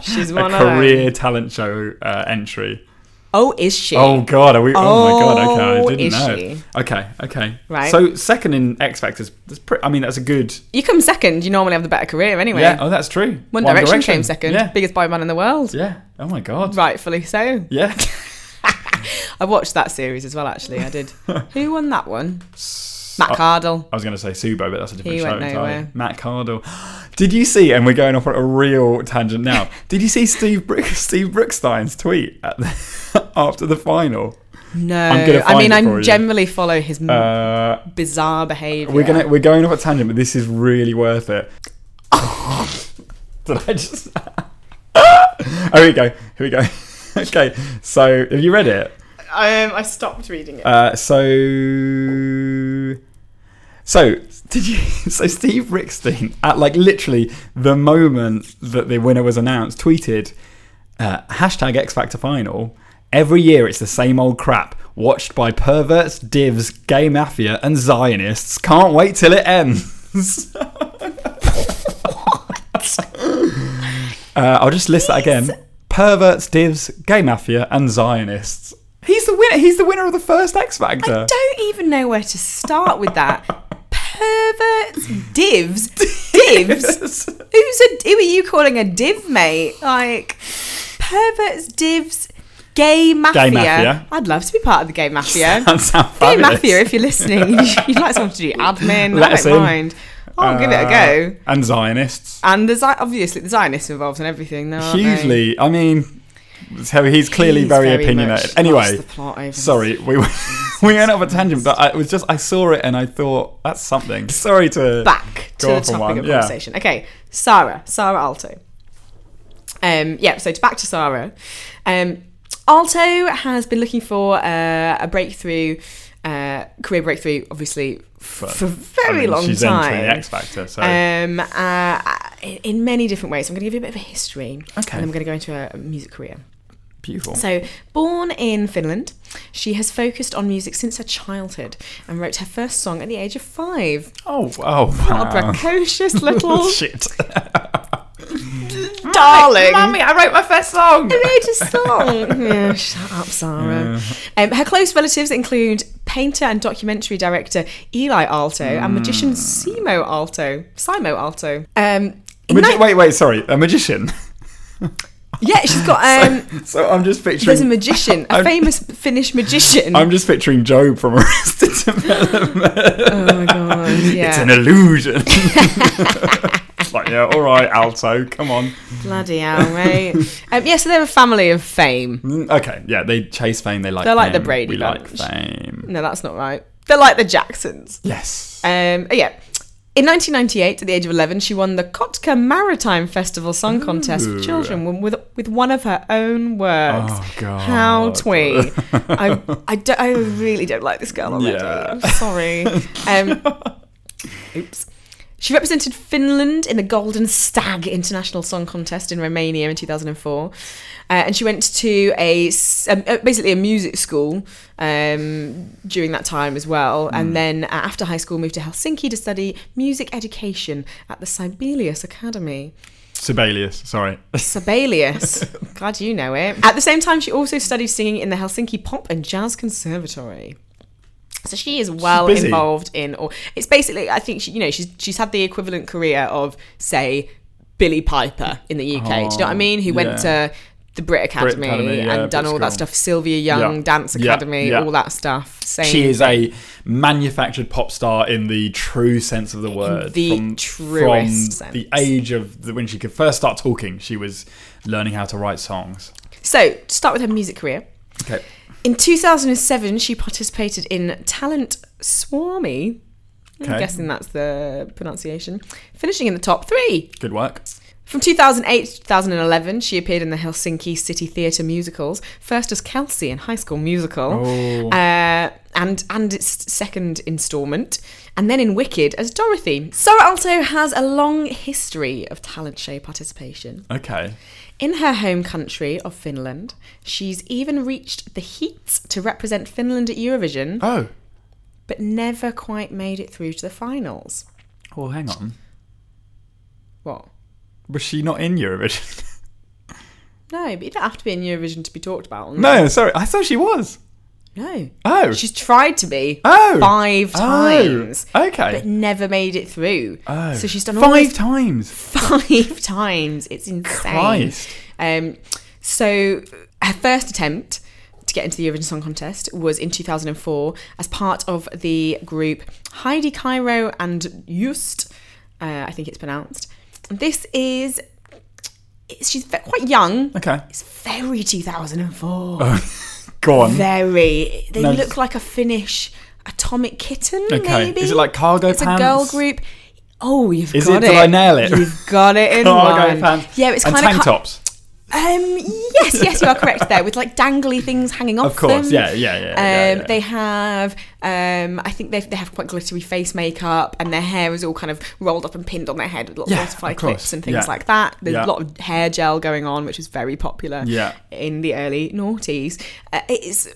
She's A one of them. career talent show uh, entry. Oh, is she? Oh God! Are we? Oh, my God! Okay, I Oh, didn't is know. she? Okay, okay. Right. So second in X Factor's. That's pretty. I mean, that's a good. You come second, you normally have the better career anyway. Yeah. Oh, that's true. One, One Direction, came second, Yeah. biggest boy band in the world. Yeah. Oh my God. Rightfully so. Yeah. I watched that series as well, actually. I did. Who won that one? uh, Matt Cardle. I was going to say Subo, but that's a different He show. went entirely. nowhere. Matt Cardle. Did you see? And we're going off on a real tangent now. Did you see Steve Br- Steve Brookstein's tweet at the, after the final? No, I'm gonna I mean, find it for I you. generally follow his m Uh, bizarre behaviour. We're gonna we're going off a tangent, but this is really worth it. Did I just? oh, here we go. Here we go. okay, so have you read it? Um, I stopped reading it. Uh, so. So did you? So Steve Rickstein, at like literally the moment that the winner was announced, tweeted uh, hashtag X Factor Final. Every year it's the same old crap, watched by perverts, divs, gay mafia, and Zionists. Can't wait till it ends. Uh, I'll just list that again: perverts, divs, gay mafia, and Zionists. He's the winner. He's the winner of the first X Factor. I don't even know where to start with that. Perverts, divs, divs. Who's a? Who are you calling a div, mate? Like perverts, divs, gay mafia. mafia. I'd love to be part of the gay mafia. That sounds gay fabulous. mafia, if you're listening, you'd like someone to do admin. Let I us don't in. mind. I'll give it a Uh, go. And Zionists. And the Zi- obviously the Zionists are involved in everything. Though, aren't they? Hugely. I mean, so he's clearly Oh, He's very, very opinionated. much Anyway, lost the plot over sorry, we we went off a tangent, but I, it was just I saw it and I thought that's something. Sorry to back to go the off on topic one, of yeah. conversation. Okay, Sarah, Sarah Alto. Um, yeah, so to back to Sarah. Um, Alto has been looking for uh, a breakthrough, uh, career breakthrough, obviously, f- But, for a very I mean, long she's time. entering X Factor, so Um, uh, in in many different ways. I'm going to give you a bit of a history, Okay. and I'm going to go into a- a music career. beautiful. So, born in Finland, she has focused on music since her childhood and wrote her first song at the age of five. oh, oh, What a wow. precocious little Shit. darling. I wrote my first song. I made a song. yeah, shut up, Sarah. Um, her close relatives include painter and documentary director Eli Alto and magician Simo Alto. Simo Alto. Um, in Mm. Magi- ni- wait, wait, sorry, a magician. yeah, she's got. Um, So I'm just picturing. there's a magician, a I'm- famous Finnish magician. I'm just picturing Job from Arrested Development. oh my god! Yeah. It's an illusion. It's like, yeah, all right, alto, come on. Bloody hell, mate. um, yeah, so they're a family of fame. Mm, Okay, yeah, they chase fame. They like. They're like the fame. Brady We Bunch. Mm. like fame. No, that's not right. They're like the Jacksons. Yes. Um, oh, yeah. In 1998, at the age of 11, she won the Kotka Maritime Festival Song Contest for Ooh. Children with, with one of her own works. Oh, God. How twee. I, I, don't- I really don't like this girl already. Yeah. I'm sorry. Um, oops. She represented Finland in the Golden Stag International Song Contest in Romania in 2004, uh, and she went to a s- um, uh, basically a music school um, during that time as well. And then uh, after high school, moved to Helsinki to study music education at the Sibelius Academy. Sibelius. Sorry. Sibelius, glad you know it. At the same time, she also studied singing in the Helsinki Pop and Jazz Conservatory. So she is well busy. involved in all. It's basically, I think she, you know, she's she's had the equivalent career of say Billy Piper in the UK. Do you know what I Oh, mean? Who went yeah. to the Brit Academy, Academy, yeah, and done Brit all that School. stuff. Sylvia Young, Yeah. Dance Yeah, Academy, yeah. all that stuff. Same. She is a manufactured pop star in the true sense of the word. the truest from sense. the age of the, when she could first start talking, she was learning how to write songs. So to start with her music career. Okay. In 2007, she participated in Talent Swami. Okay. I'm guessing that's the pronunciation. Finishing in the top three. Good work. From 2008 to 2011, she appeared in the Helsinki City Theatre musicals, first as Kelsey in High School Musical, Oh. uh, and, and its second instalment, and then in Wicked as Dorothy. Sora Alto has a long history of talent show participation. Okay. In her home country of Finland, she's even reached the heat to represent Finland at Eurovision, Oh. but never quite made it through to the finals. Well, hang on. What? Was she not in Eurovision? No, but you don't have to be in Eurovision to be talked about. on no, sorry. I thought she was. No. Oh. She's tried to be Oh. five times, Oh. Okay. but never made it through. Oh. So she's done all five these times. five times. It's insane. Christ. Um, so her first attempt to get into the Eurovision Song Contest was in 2004 as part of the group Heidi Cairo and Just, uh, I think it's pronounced. And This is it's- she's ve- quite young. Okay. It's very 2004. Uh-huh. Go on. Very. They No, look just- like a Finnish atomic kitten. Okay. Maybe Is it like cargo it's pants? a girl group. Oh, you've Is got it? it. Did I nail it? You've got it in Cargo one. pants. Yeah, it's and kind of tank tops. um, yes, yes, you are correct there. With like dangly things hanging off Of course. Yeah, them. yeah, yeah, Um, yeah, yeah. They have, um, I think they they have quite glittery face makeup, and their hair is all kind of rolled up and pinned on their head with lots Yeah, of butterfly of course. clips and things Yeah. like that. There's Yeah. a lot of hair gel going on, which was very popular Yeah. in the early noughties. Uh, it's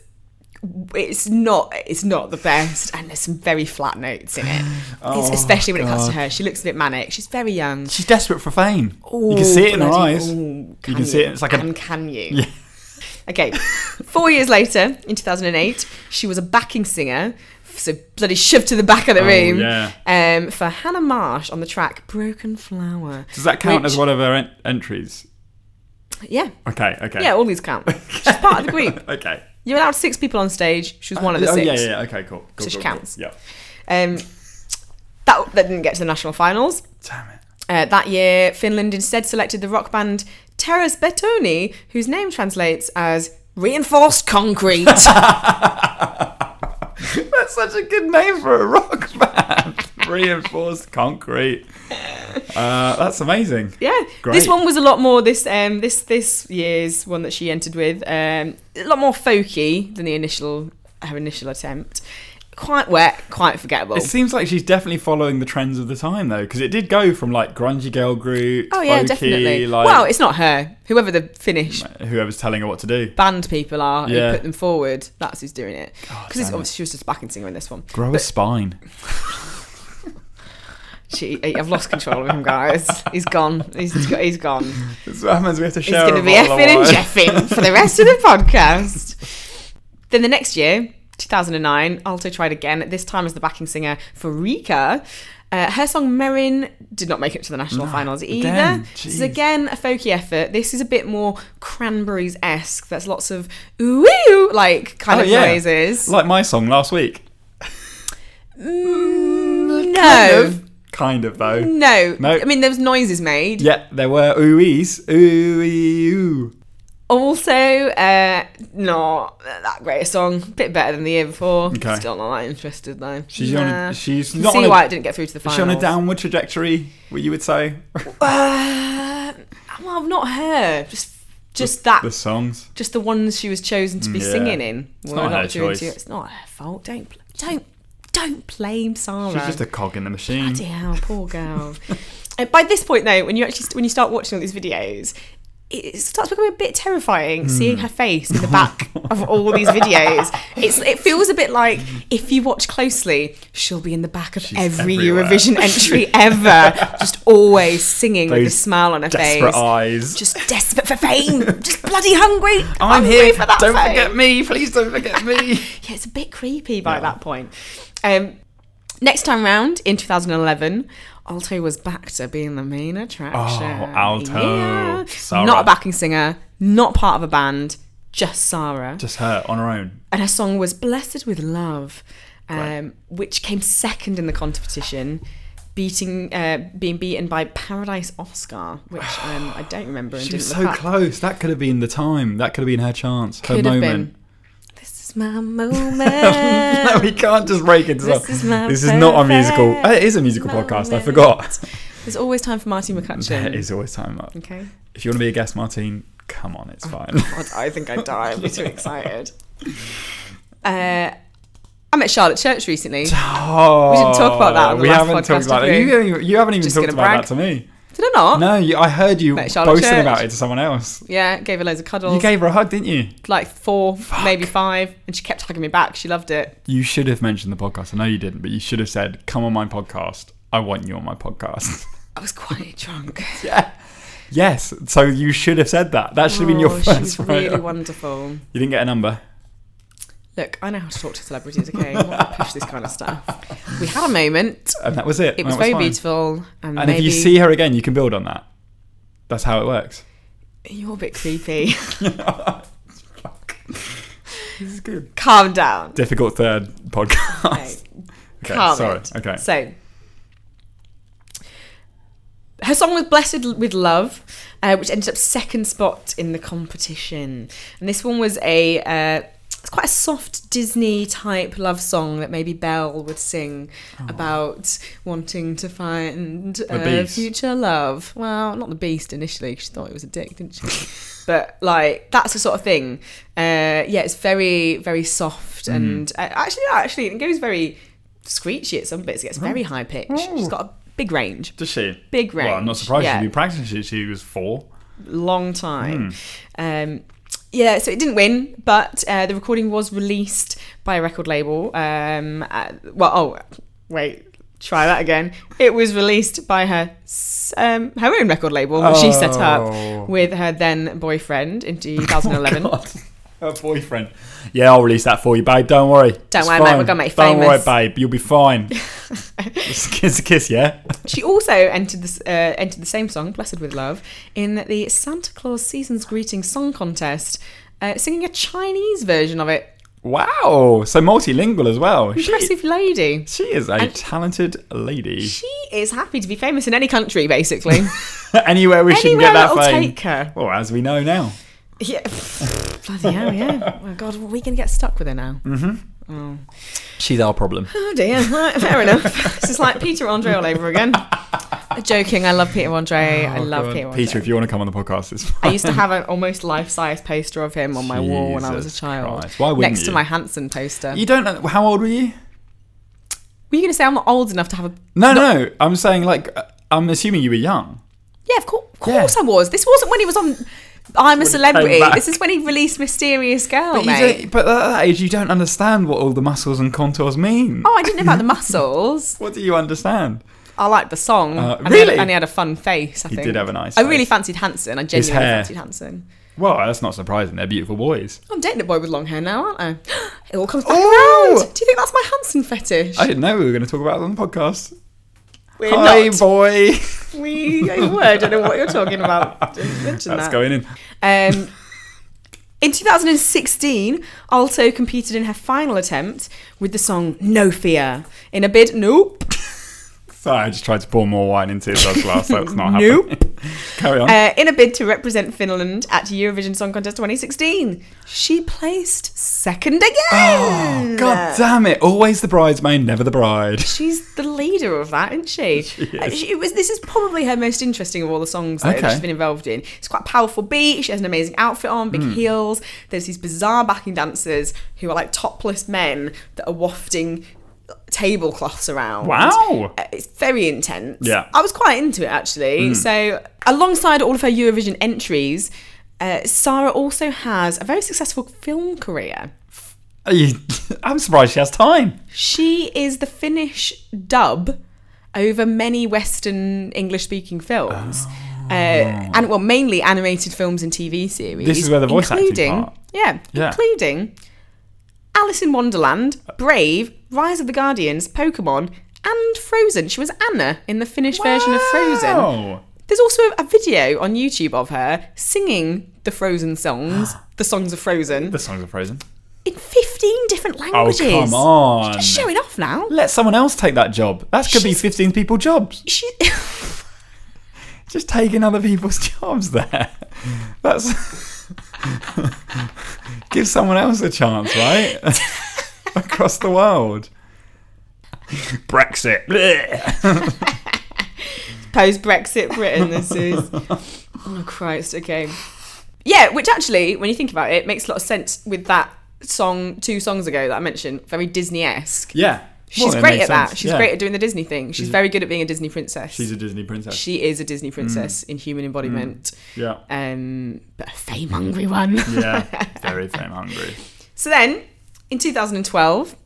it's not it's not the best, and there's some very flat notes in it, It's- Oh, especially when it comes to God. her. She looks a bit manic. She's very young. She's desperate for fame. you Oh, can see it in her bloody- eyes. oh, can see it, it's like a- and can you? Okay. Four years later, in 2008, she was a backing singer, so bloody shoved to the back of the Oh, room yeah. um, for Hannah Marsh on the track "Broken Flower." Does that count which- as one of her en- entries? Yeah, Okay. Okay. yeah, all these count. She's part of the group. okay. You're allowed six people on stage. She was one of the oh, six. yeah, yeah, yeah. Okay, cool. cool So she cool, counts. Cool. Yeah. Um, that that didn't get to the national finals. Damn it. Uh, that year, Finland instead selected the rock band Teres Betoni, whose name translates as reinforced concrete. That's such a good name for a rock band. Reinforced concrete. Uh, that's amazing. yeah, Great. this one was a lot more this um this this year's one that she entered with um a lot more folky than the initial her initial attempt. Quite wet, quite forgettable. It seems like she's definitely following the trends of the time, though, because it did go from like grungy girl group, oh yeah, folky, definitely. like well, it's not her. Whoever the Finnish whoever's telling her what to do. band people are Yeah. who put them forward, that's who's doing it. Because damn it. obviously she was just a backing singer in this one. Grow a spine. She, I've lost control of him, guys. He's gone. He's, go- he's gone. That's what happens. We have to He's share. going to a be bottle of effing and wine. jeffing for the rest of the podcast. Then the next year, 2009, Alto tried again, this time as the backing singer for Rika. Uh, her song Merin did not make it to the national No, finals either. again, this is jeez. again a folky effort. This is a bit more Cranberries esque. There's lots of ooh like kind Oh, of yeah. noises. Like my song last week. Mm, no, Kind of, kind of though. no, No. I mean, there was noises made. Yeah, there were oohies. Oohie ooh. Also, uh, not that great a song. Bit better than the year before. Okay. Still not that interested though. She's nah. on. A, she's Can not see on a, why it didn't get through to the finals. Is she on a downward trajectory? What you would say? Uh, well, not her. Just, just that. the songs. just the ones she was chosen to be Yeah. singing in. It's were not her doing choice. to- It's not her fault. Don't, bl- don't, don't blame Sarah. She's just a cog in the machine. Bloody hell, poor girl. Uh, By this point, though, when you actually when you start watching all these videos, it starts becoming a bit Hmm. terrifying seeing her face in the back of all these videos. It's it feels a bit like if you watch closely, she'll be in the back of every everywhere. Eurovision entry ever, just always singing with a Those smile on her Desperate face. eyes. Just desperate for fame, just bloody hungry. I'm hungry here. for that don't fame. forget me. Please don't forget me. Yeah, it's a bit creepy by Yeah. that point. Um, next time round in 2011, Alto was back to being the main attraction. Oh, Alto. Sarah. Not a backing singer, not part of a band, just Sarah. Just her on her own. And her song was Blessed with Love, um, which came second in the competition. Beating, uh, being beaten by Paradise Oscar, which um, I don't remember. And She didn't was look so up. close. That could have been the time. That could have been her chance. her Could have moment. been. This is my moment. no, we can't just break into This song. is my This is not a musical. perfect Oh, It is a musical podcast. I moment. forgot. There's always time for Marty McCutcheon. There is always time up. Okay. If you want to be a guest, Martine, come on, Oh, it's fine. God, I think I'd die. I'd be too excited. Uh, I met Charlotte Church recently. Oh, We didn't talk about that on the we last haven't podcast, talked about did that. we? You, haven't- you haven't even Just talked gonna about that brag. to me. Did I not? No, you, I heard you Met Charlotte boasting Church. about it to someone else. Yeah, gave her loads of cuddles. You gave her a hug, didn't you? like four, maybe five, and she kept hugging me back. She loved it. You should have mentioned the podcast. I know you didn't, but you should have said, "Come on my podcast. I want you on my podcast." I was quite drunk. yeah. Yes. So you should have said that. That should have been your Oh, first. She's write-off. really wonderful. You didn't get a number. Look, I know how to talk to celebrities. Okay, I'm not gonna push this kind of stuff. We had a moment. And that was it. It and was that very fine. beautiful, and, And maybe if you see her again, you can build on that. That's how it works. you're a bit creepy. Fuck. This is good. Calm down. Difficult third podcast. Okay, Calm sorry. it. Okay. So her song was "Blessed with Love," uh, which ended up second spot in the competition. And this one was a uh, it's quite a soft Disney type love song that maybe Belle would sing Oh. about wanting to find uh, Beast. future love. Well, not the Beast initially; 'cause she thought it was a dick, didn't she? but like that's the sort of thing. Uh, yeah, it's very very soft Mm. and uh, actually actually it goes very screechy at some bits. It gets very high pitched. She's got a big range Oh. Does she? Big Well, I'm not range, surprised yeah. she's been practicing since she was four. long time. Hmm. Um, yeah, so it didn't win, but uh, the recording was released by a record label. Um, uh, well, oh, wait, try that again. It was released by her s- um, her own record label that she set Oh. up with her then boyfriend in 2011. God. Her boyfriend. Yeah, I'll release that for you, babe. Don't worry. Don't It's worry, mate, fine. we're gonna make you Don't famous. worry, babe. You'll be fine. It's a kiss, a kiss, yeah? she also entered this uh, entered the same song, "Blessed with Love," in the Santa Claus Season's Greeting Song Contest, uh, singing a Chinese version of it. Wow. So multilingual as well. She, Impressive lady. she is a talented lady. She is happy to be famous in any country, basically. Anywhere we should Anywhere get that that'll fame. take her. Well, as we know now. yeah. Bloody hell, yeah. Oh, God, are we going to get stuck with her now? Mm. She's our problem. Oh, dear. Right, fair enough. this is like Peter Andre all over again. Joking, I love Peter Andre. I love Peter Andre. Oh, Peter, if you want to come on the podcast, it's I fine. used to have an almost life-size poster of him on my wall when I was a Jesus child. Christ. Why wouldn't next you? to my Hanson poster. You don't know. How old were you? Were you going to say I'm not old enough to have a? No, no. I'm saying, like, uh, I'm assuming you were young. Yeah, of, cour- of Yeah. course I was. This wasn't when he was on. I'm a came celebrity. back. This is when he released Mysterious Girl, But, you mate. don't, but at that age, you don't understand what all the muscles and contours mean. Oh, I didn't know about the muscles. What do you understand? I liked the song. Uh, and he had- really? and he had a fun face. I He think did have a nice I face. really fancied Hanson. I genuinely hair. fancied Hanson. Well, that's not surprising. They're beautiful boys. I'm dating a boy with long hair now, aren't I? It all comes back Oh! around. Do you think that's my Hanson fetish? I didn't know we were going to talk about it on the podcast. We're Hi, not. boy. We I were. I don't know what you're talking about. Didn't mention That's that. going in. Um, in 2016, Alto competed in her final attempt with the song "No Fear" in a bid. Nope. Sorry, I just tried to pour more wine into it last glass. That's not happening. Nope. Carry on. uh, in a bid to represent Finland at Eurovision Song Contest 2016. She placed second again. Oh, God damn it. Always the bridesmaid, never the bride. She's the leader of that, isn't she? Uh, is. she- it was, this is probably her most interesting of all the songs though, Okay. that she's been involved in. It's quite a powerful beat. She has an amazing outfit on, Hmm. big heels. There's these bizarre backing dancers who are like topless men that are wafting tablecloths around. Wow. Uh, It's very intense. Yeah. Hmm. I was quite into it actually. So, alongside all of her Eurovision entries, uh, Sarah also has a very successful film career. Are you- I'm surprised she has time. She is the Finnish dub over many Western English speaking films. Ah. Uh, and well, mainly animated films and TV series. This is where the voice acting including, part- Yeah, Yeah. including Alice in Wonderland, Brave, Rise of the Guardians, Pokemon, and Frozen. She was Anna in the Finnish version of Frozen. Wow. There's also a video on YouTube of her singing the Frozen songs, the songs of Frozen, The songs are frozen. in 15 different Oh, languages. come on. Just showing off now. Let someone else take that job. That could be She's- 15 people jobs. She, Just taking other people's jobs there. That's. Give someone else a chance, right? Across the world. Brexit. Blech. post Brexit Britain. This is. Oh Christ. Okay. Yeah, which actually, when you think about it, makes a lot of sense with that song two songs ago that I mentioned. Very Disney esque. Yeah. She's it great makes at that. sense, She's yeah. great at doing the Disney thing. She's She's- very good at being a Disney princess. She's a Mm. Disney princess. she is a Disney princess in human embodiment, yeah. um, but a fame hungry one. Yeah. Very fame hungry. So then, in 2012,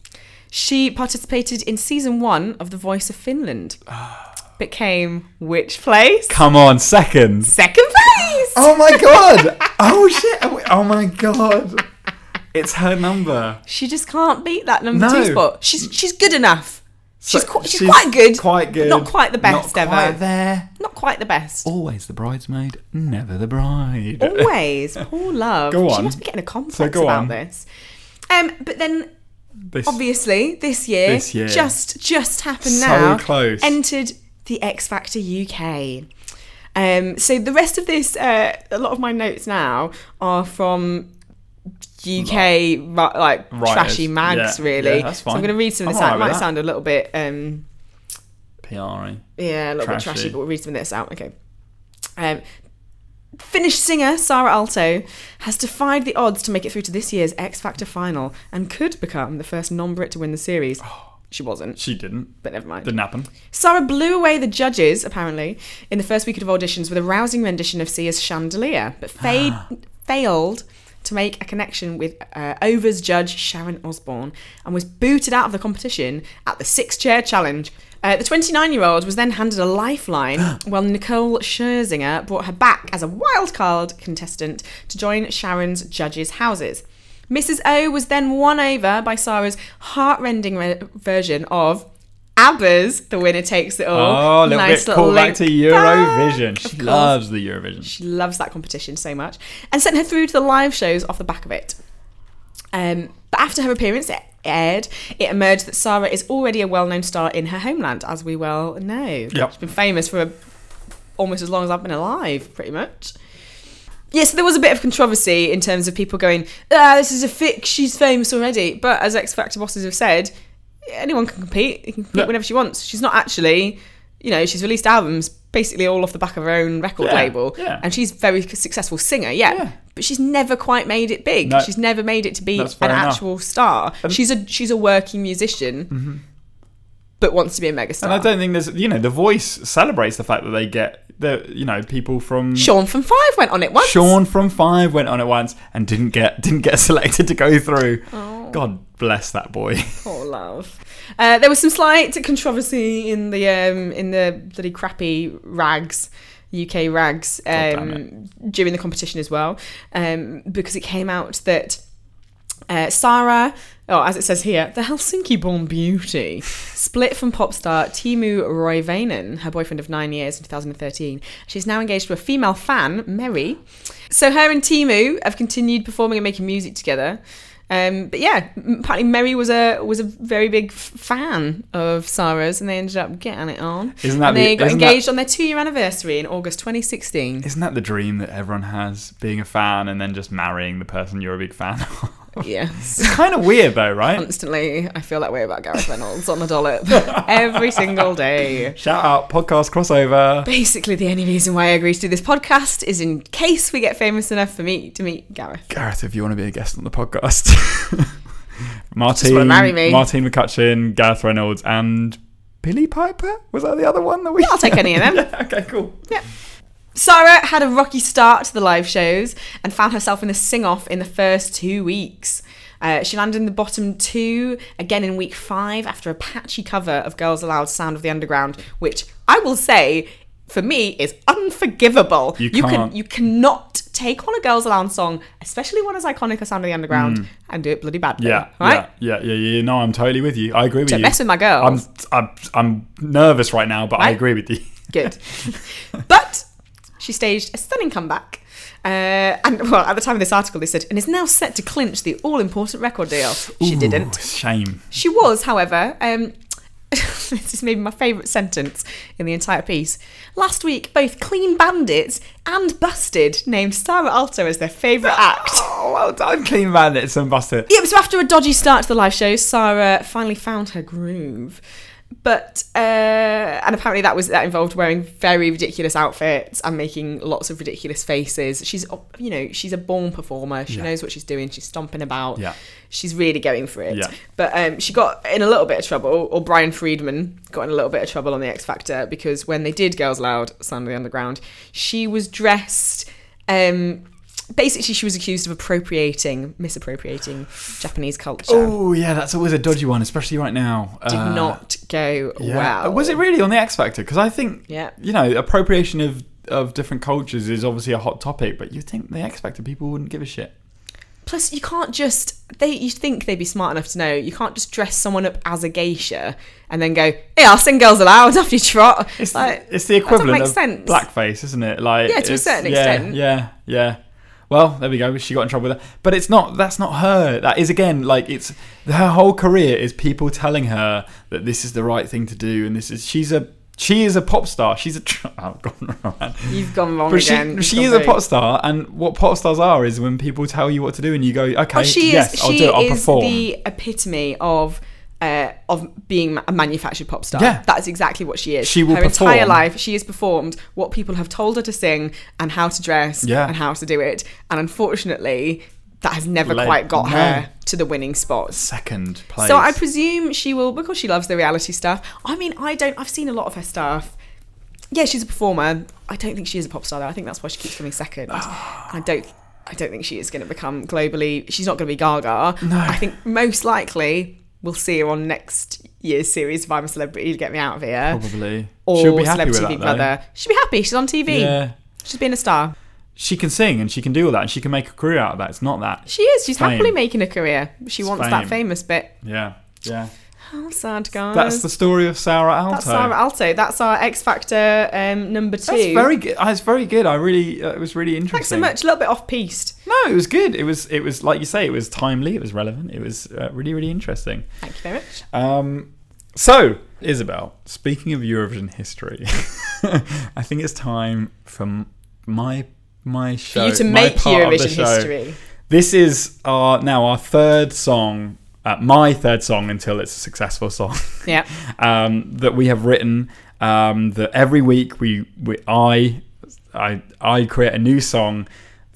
she participated in season one of The Voice of Finland, Ah. but came which place? Come on, second. Second place. Oh my god. Oh shit. Oh, oh my god. It's her number. She just can't beat that number No. two spot. She's she's good enough. So she's, qu- she's, quite good. Quite good. not quite the best Not quite Oh. ever. there. Not quite the best. Always the bridesmaid, never the bride. Always, poor love. Go She on. must be getting a complex go about on. this. Um, but then This- obviously this year, This year. just just happened So now. close. Entered the X Factor UK. Um, so the rest of this, uh, a lot of my notes now are from UK ri- like Writers. trashy mags, Yeah. really. Yeah, that's So I'm fine. going to read some of this I'm all out. It right might with that. sound a little bit. Um, PRE. yeah, a little bit Trashy. trashy, but we'll read some of this out. Okay. Um, Finnish singer Sara Alto has defied the odds to make it through to this year's X Factor final and could become the first non Brit to win the series. She wasn't, She didn't. but never mind. Didn't happen. Sarah blew away the judges, apparently, in the first week of auditions with a rousing rendition of Sia's Chandelier, but fade, failed to make a connection with uh, Overs judge Sharon Osborne and was booted out of the competition at the Six Chair Challenge. Uh, the 29 year old was then handed a lifeline while Nicole Scherzinger brought her back as a wildcard contestant to join Sharon's judges' houses. Mrs. O was then won over by Sarah's heartrending re- version of ABBA's The Winner Takes It All. Oh, a little bit call back link to back. Eurovision. Of She course. loves the Eurovision. She loves that competition so much. And sent her through to the live shows off the back of it. Um, but after her appearance a- aired, it emerged that Sarah is already a well known star in her homeland, as we well know. She's been famous for almost as long as I've been alive, pretty much. Yes, there was a bit of controversy in terms of people going, ah, this is a fix, she's famous already. But as X Factor bosses have said, anyone can compete. They can compete Yeah. whenever she wants. She's not actually, you know, she's released albums basically all off the back of her own record Yeah, label. yeah. And she's a very successful singer, yeah. Yeah. But she's never quite made it big. No. She's never made it to be an That's fair enough. actual star. she's a she's a working musician, but wants to be a Mm-hmm. And I megastar. don't think there's, you know, The Voice celebrates the fact that they get the, you know, people from Sean from Five went on it once. Sean from Five went on it once and didn't get didn't get selected to go through. Oh. God bless that boy. Poor love. Uh, there was some slight controversy in the um, in the bloody crappy rags. UK rags damn um, during the competition as well, um, because it came out that uh, Sarah, or as it says here, the Helsinki-born beauty, split from pop star Timu Roivainen, her boyfriend of nine years in 2013. She's now engaged to a female fan, Mary. So her and Timu have continued performing and making music together. Um, but yeah, m- apparently Mary was a was a very big f- fan of Sarah's, and they ended up getting it on. Isn't that And the- they got isn't that- engaged on their two year anniversary in August 2016. Isn't that the dream that everyone has? Being a fan and then just marrying the person you're a big fan of. Yes. It's kind of weird though, Um, right? Constantly, I feel that way about Gareth Reynolds on the dollop every single day. Shout out podcast crossover. Basically, the only reason why I agreed to do this podcast is in case we get famous enough for me to meet Gareth. Gareth, if you want to be a guest on the podcast, Martin, wanna marry me. Martin McCutcheon, Gareth Reynolds, and Billy Piper. Was that the other one that we? I'll take any of them. yeah, okay, cool. Sarah had a rocky start to the live shows and found herself in a sing off in the first two weeks. Uh, she landed in the bottom two again in week five after a patchy cover of Girls Aloud Sound of the Underground, which I will say for me is unforgivable. You can can't. you cannot take on a Girls Aloud song, especially one as iconic as Sound of the Underground, and do it bloody badly. Mm. Yeah, Right? yeah, yeah, yeah, yeah. No, I'm totally with you. I agree with Don't you. mess with my girls. I'm, I'm, I'm nervous right now, but I Right? agree with you. Good. but she staged a stunning comeback. Uh, and well, at the time of this article, they said, and is now set to clinch the all important record deal. She Ooh, didn't. Oh, Shame. She was, however, um, this is maybe my favourite sentence in the entire piece. Last week, both Clean Bandits and Busted named Sarah Alto as their favourite act. Oh, well done, Clean Bandits and Buster. Yep, so after a dodgy start to the live show, Sarah finally found her groove. But uh, and apparently that was that involved wearing very ridiculous outfits and making lots of ridiculous faces. She's you know she's a born performer. She Yeah. knows what she's doing. She's stomping about. Yeah. She's really going for it. Yeah. But um, she got in a little bit of trouble, or Brian Friedman got in a little bit of trouble on the X Factor because when they did Girls Loud, Sound of the Underground, she was dressed. Um, basically, she was accused of appropriating, misappropriating Japanese culture. Oh yeah, that's always a dodgy one, especially right now. Uh, Did not go well. Was it really on the X Factor? Because I think Yeah. you know appropriation of of different cultures is obviously a hot topic, but you think the X Factor people wouldn't give a shit. Plus, you can't just they. You think they'd be smart enough to know you can't just dress someone up as a geisha and then go, "Hey, I'll sing girls aloud after you trot." It's, Like, it's the that doesn't equivalent of make sense. blackface, isn't it? Like Yeah, to a it's- certain yeah, extent. Yeah, yeah. Well, there we go. She got in trouble with that, but it's not. That's not her. That is again like it's her whole career is people telling her that this is the right thing to do, and this is she's a she is a pop star. She's a tr- oh, I've gone wrong. You've gone wrong But again. she, You've she gone is a very- pop star, and what pop stars are is when people tell you what to do, and you go, okay, Oh, she yes, is. I'll she do it. I'll is perform. the epitome of. Uh, of being a manufactured pop star. Yeah. That's exactly what she is. She will her entire perform. life, she has performed what people have told her to sing and how to dress Yeah. and how to do it. And unfortunately, that has never Like, quite got no. her to the winning spots. Second place. So I presume she will because she loves the reality stuff. I mean, I don't. I've seen a lot of her stuff. Yeah, she's a performer. I don't think she is a pop star though. I think that's why she keeps coming second. Ah. I don't. I don't think she is going to become globally. She's not going to be Gaga. No. I think most likely we'll see her on next year's series of I'm a Celebrity to Get Me Out of Here probably or she'll be happy with Celebrity that, Big though. Brother. She'll be happy. She's on TV. Yeah. She's being a star. she can sing and she can do all that and she can make a career out of that. It's not that. She is. She's Fame. happily making a career. She wants that fame. famous bit. Yeah. Yeah. Oh, sad guys. That's the story of Sarah Alto. That's Sarah Alto. That's our X Factor um, number two. That's very good. uh, It's very good. I really, uh, it was really interesting. Thanks so much. A little bit off piste. No, it was good. It was, it was like you say, it was timely. It was relevant. It was uh, really, really interesting. Thank you very much. Um, so, Isabel, speaking of Eurovision history, I think it's time for m- my my show. For you to my make part of the Eurovision show. history. This is our now our third song, uh, my third song until it's a successful song Yeah. um, that we have written. Um, that every week we, we I, I I create a new song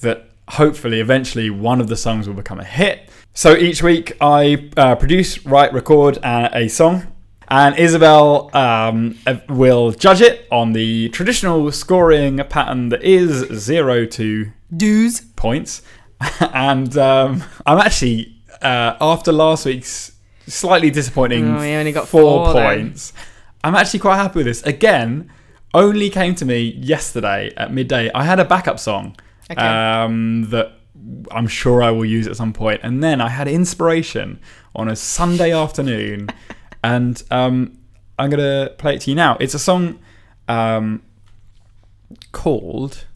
that hopefully eventually one of the songs will become a hit. So each week I uh, produce, write, record uh, a song. And Isabel um, ev- will judge it on the traditional scoring pattern that is zero to Do's. points. and um, I'm actually, uh, after last week's slightly disappointing Oh, you only got four then. points, I'm actually quite happy with this. Again, only came to me yesterday at midday. I had a backup song Okay. um, that I'm sure I will use at some point. And then I had inspiration on a Sunday afternoon. And um, I'm going to play it to you now. It's a song um, called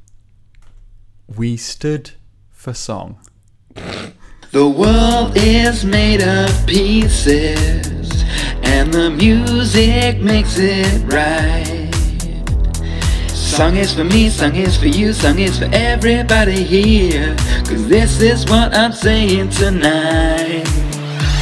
We Stood for Song. The world is made of pieces, and the music makes it right. Song is for me, song is for you, song is for everybody here. Cause this is what I'm saying tonight.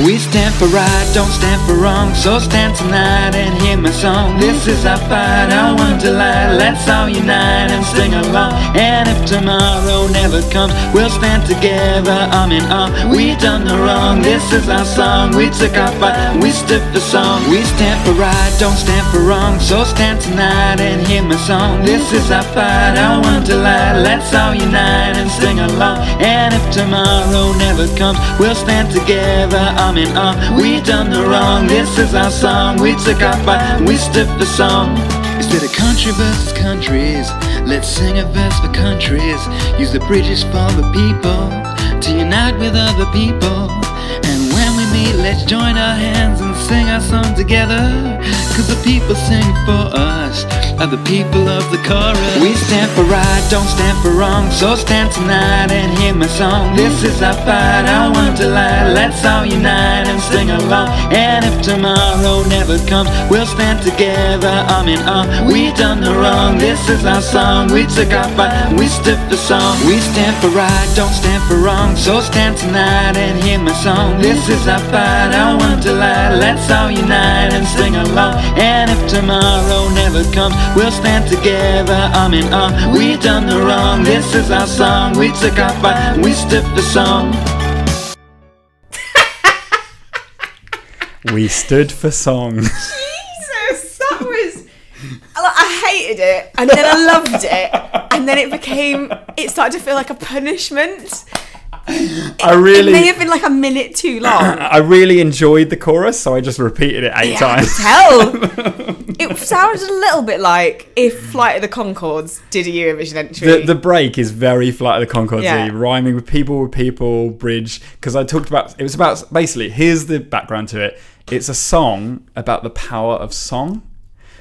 We stand for right, don't stand for wrong, so stand tonight and hear my song. This is our fight, our one delight. Let's all unite and sing along. And if tomorrow never comes, we'll stand together, arm in arm. We done no wrong, this is our song. We took our fight, we stood for song. We stand for right, don't stand for wrong, so stand tonight and hear my song. This is our fight, our one delight. Let's all unite and sing along. And if tomorrow never comes, we'll stand together, arm in arm. We done no wrong. This is our song. We took our fight, we stood for song. Instead of country versus countries, let's sing a verse for countries. Use the bridges for the people to unite with other people. And when we meet, let's join our hands and sing our song together. Cause the people sing for us, are the people of the chorus. We stand for right, don't stand for wrong. So stand tonight and hear my song. This is our fight, our one delight. Let's all unite and sing along. And if tomorrow never comes, we'll stand together, arm in arm. We done no wrong. This is our song. We took our fight, we stood for song. We stand for right, don't stand for wrong. So stand tonight and hear my song. This is our fight, I want to lie. Let's all unite and sing along. And if tomorrow never comes, we'll stand together arm in arm. We done the wrong, this is our song. We took our fight, we stood the song. We stood for song. Jesus, that was. I hated it, and then I loved it, and then it became. It started to feel like a punishment. I It may really, have been like a minute too long. I really enjoyed the chorus, so I just repeated it eight Yeah, I times. could tell. It sounds a little bit like if Flight of the Concords did a Eurovision entry. The, the break is very Flight of the Conchords, Yeah. rhyming with people with people, bridge. Because I talked about it was about basically here's the background to it. It's a song about the power of song.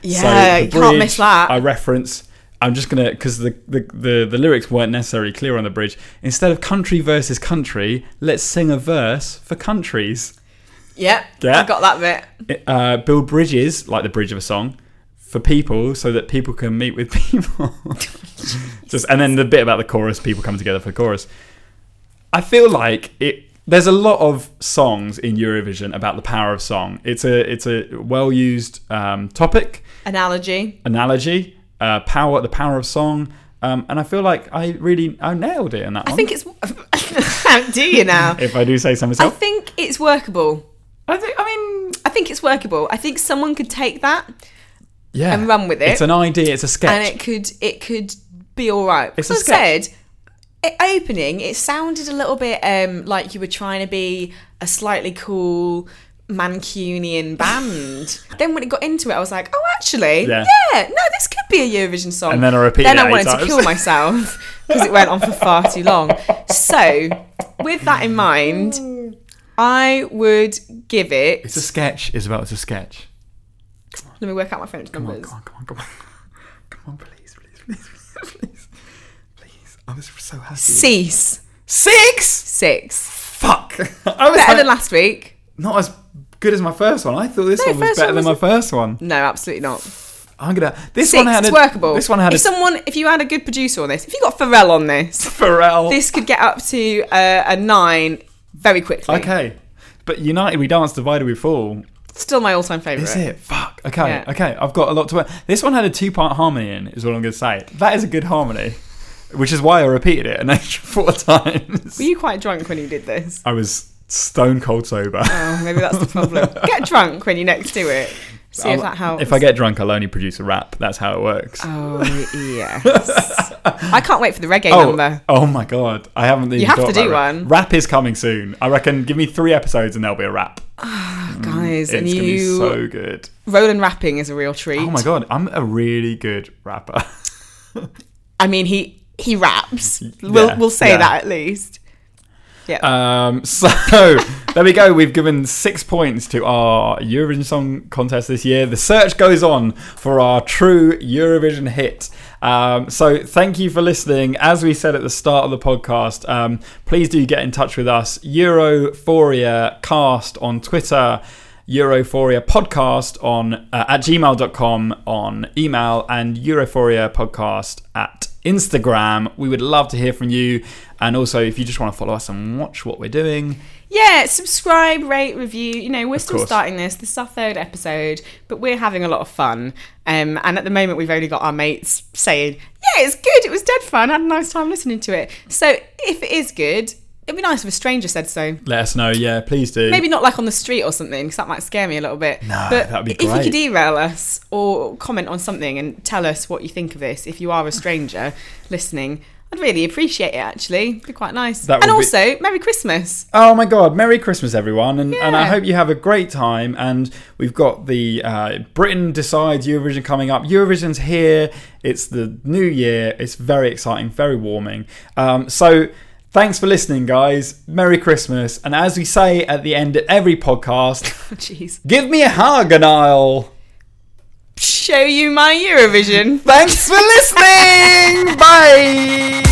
yeah, So the you can't miss bridge, that. I reference. I'm just gonna because the, the the the lyrics weren't necessarily clear on the bridge. Instead of country versus country, let's sing a verse for countries. yep, Yeah. I got that bit. It, Uh, build bridges like the bridge of a song for people so that people can meet with people. just and then the bit about the chorus, people come together for the chorus. I feel like it. There's a lot of songs in Eurovision about the power of song. It's a it's a well used um, topic Analogy. analogy, uh, power, the power of song, um, and I feel like I really I nailed it in that I one. think it's. do you now? if I do say so I myself, think it's workable. I, think, I mean, I think it's workable. I think someone could take that yeah, And run with it. It's an idea. It's a and sketch. it could it could be all right. It's a Because I sketch. said it, opening, it sounded a little bit um, like you were trying to be a slightly cool Mancunian band. then when it got into it, I was like, oh, actually, Yeah. yeah, no, this could be a Eurovision song. And then I repeated Then it I eight wanted to times. kill myself because it went on for far too long. So, with that in mind, I would give it. it's a sketch, Isabel. It's a sketch. Let me work out my French Come on, numbers. come on, come on, come on, come on, please, please, please, please, please, please. I was so happy. Cease Six. six. Fuck. I was Better like, than last week. not as good as my first one. I thought this No, one was first better one than my was- first one. No, absolutely not. I'm gonna. This Six, one had it's a, workable. This one had if a Oh. someone, if you had a good producer on this, if you got Pharrell on this, Pharrell. this could get up to uh, a nine very quickly. Okay. But United We Dance, Divided We Fall. Still my all-time favorite. Is it? Fuck. Okay. Yeah. Okay. I've got a lot to work. This one had a two part harmony in, is what I'm going to say. That is a good harmony, which is why I repeated it an extra four times. Were you quite drunk when you did this? I was stone cold sober. Oh, maybe that's the problem. get drunk when you next do it. See if I'll- that helps. If I get drunk, I'll only produce a rap. That's how it works. Oh yes. I can't wait for the reggae Oh, number. oh my god! I haven't even. You have thought to do about rap. one. Rap is coming soon. I reckon. Give me three episodes and there'll be a rap. Guys, It's and gonna be you so good. Roland rapping is a real treat. Oh my god! I'm a really good rapper. I mean he he raps. We'll we'll say yeah. that at least. Yeah. Um, so there we go. We've given six points to our Eurovision Song Contest this year. The search goes on for our true Eurovision hit. Um, so thank you for listening. As we said at the start of the podcast, um, please do get in touch with us. Europhoria Cast on Twitter. Europhoria podcast on uh, at gmail.com on email and Europhoria podcast at Instagram. We would love to hear from you. And also, if you just want to follow us and watch what we're doing, Yeah, subscribe, rate, review. You know, we're still course. starting this. This is our third episode, but we're having a lot of fun. Um, and at the moment, we've only got our mates saying, "Yeah, it's good. It was dead fun. I had a nice time listening to it." So if it is good, it'd be nice if a stranger said so. let us know. Yeah, please do. Maybe not like on the street or something, because that might scare me a little bit. No, but that'd be if you great. could email us or comment on something and tell us what you think of this, if you are a stranger listening, I'd really appreciate it. Actually, it'd be quite nice. That and would be- also, Merry Christmas. Oh my God! Merry Christmas, everyone, and, and I Yeah. hope you have a great time. And we've got the uh, Britain decides Eurovision coming up. Eurovision's here. It's the new year. It's very exciting, very warming. Um, so thanks for listening, guys. Merry Christmas, and as we say at the end of every podcast, Oh, Jeez. give me a hug, and I'll. show you my Eurovision. Thanks for listening. Bye.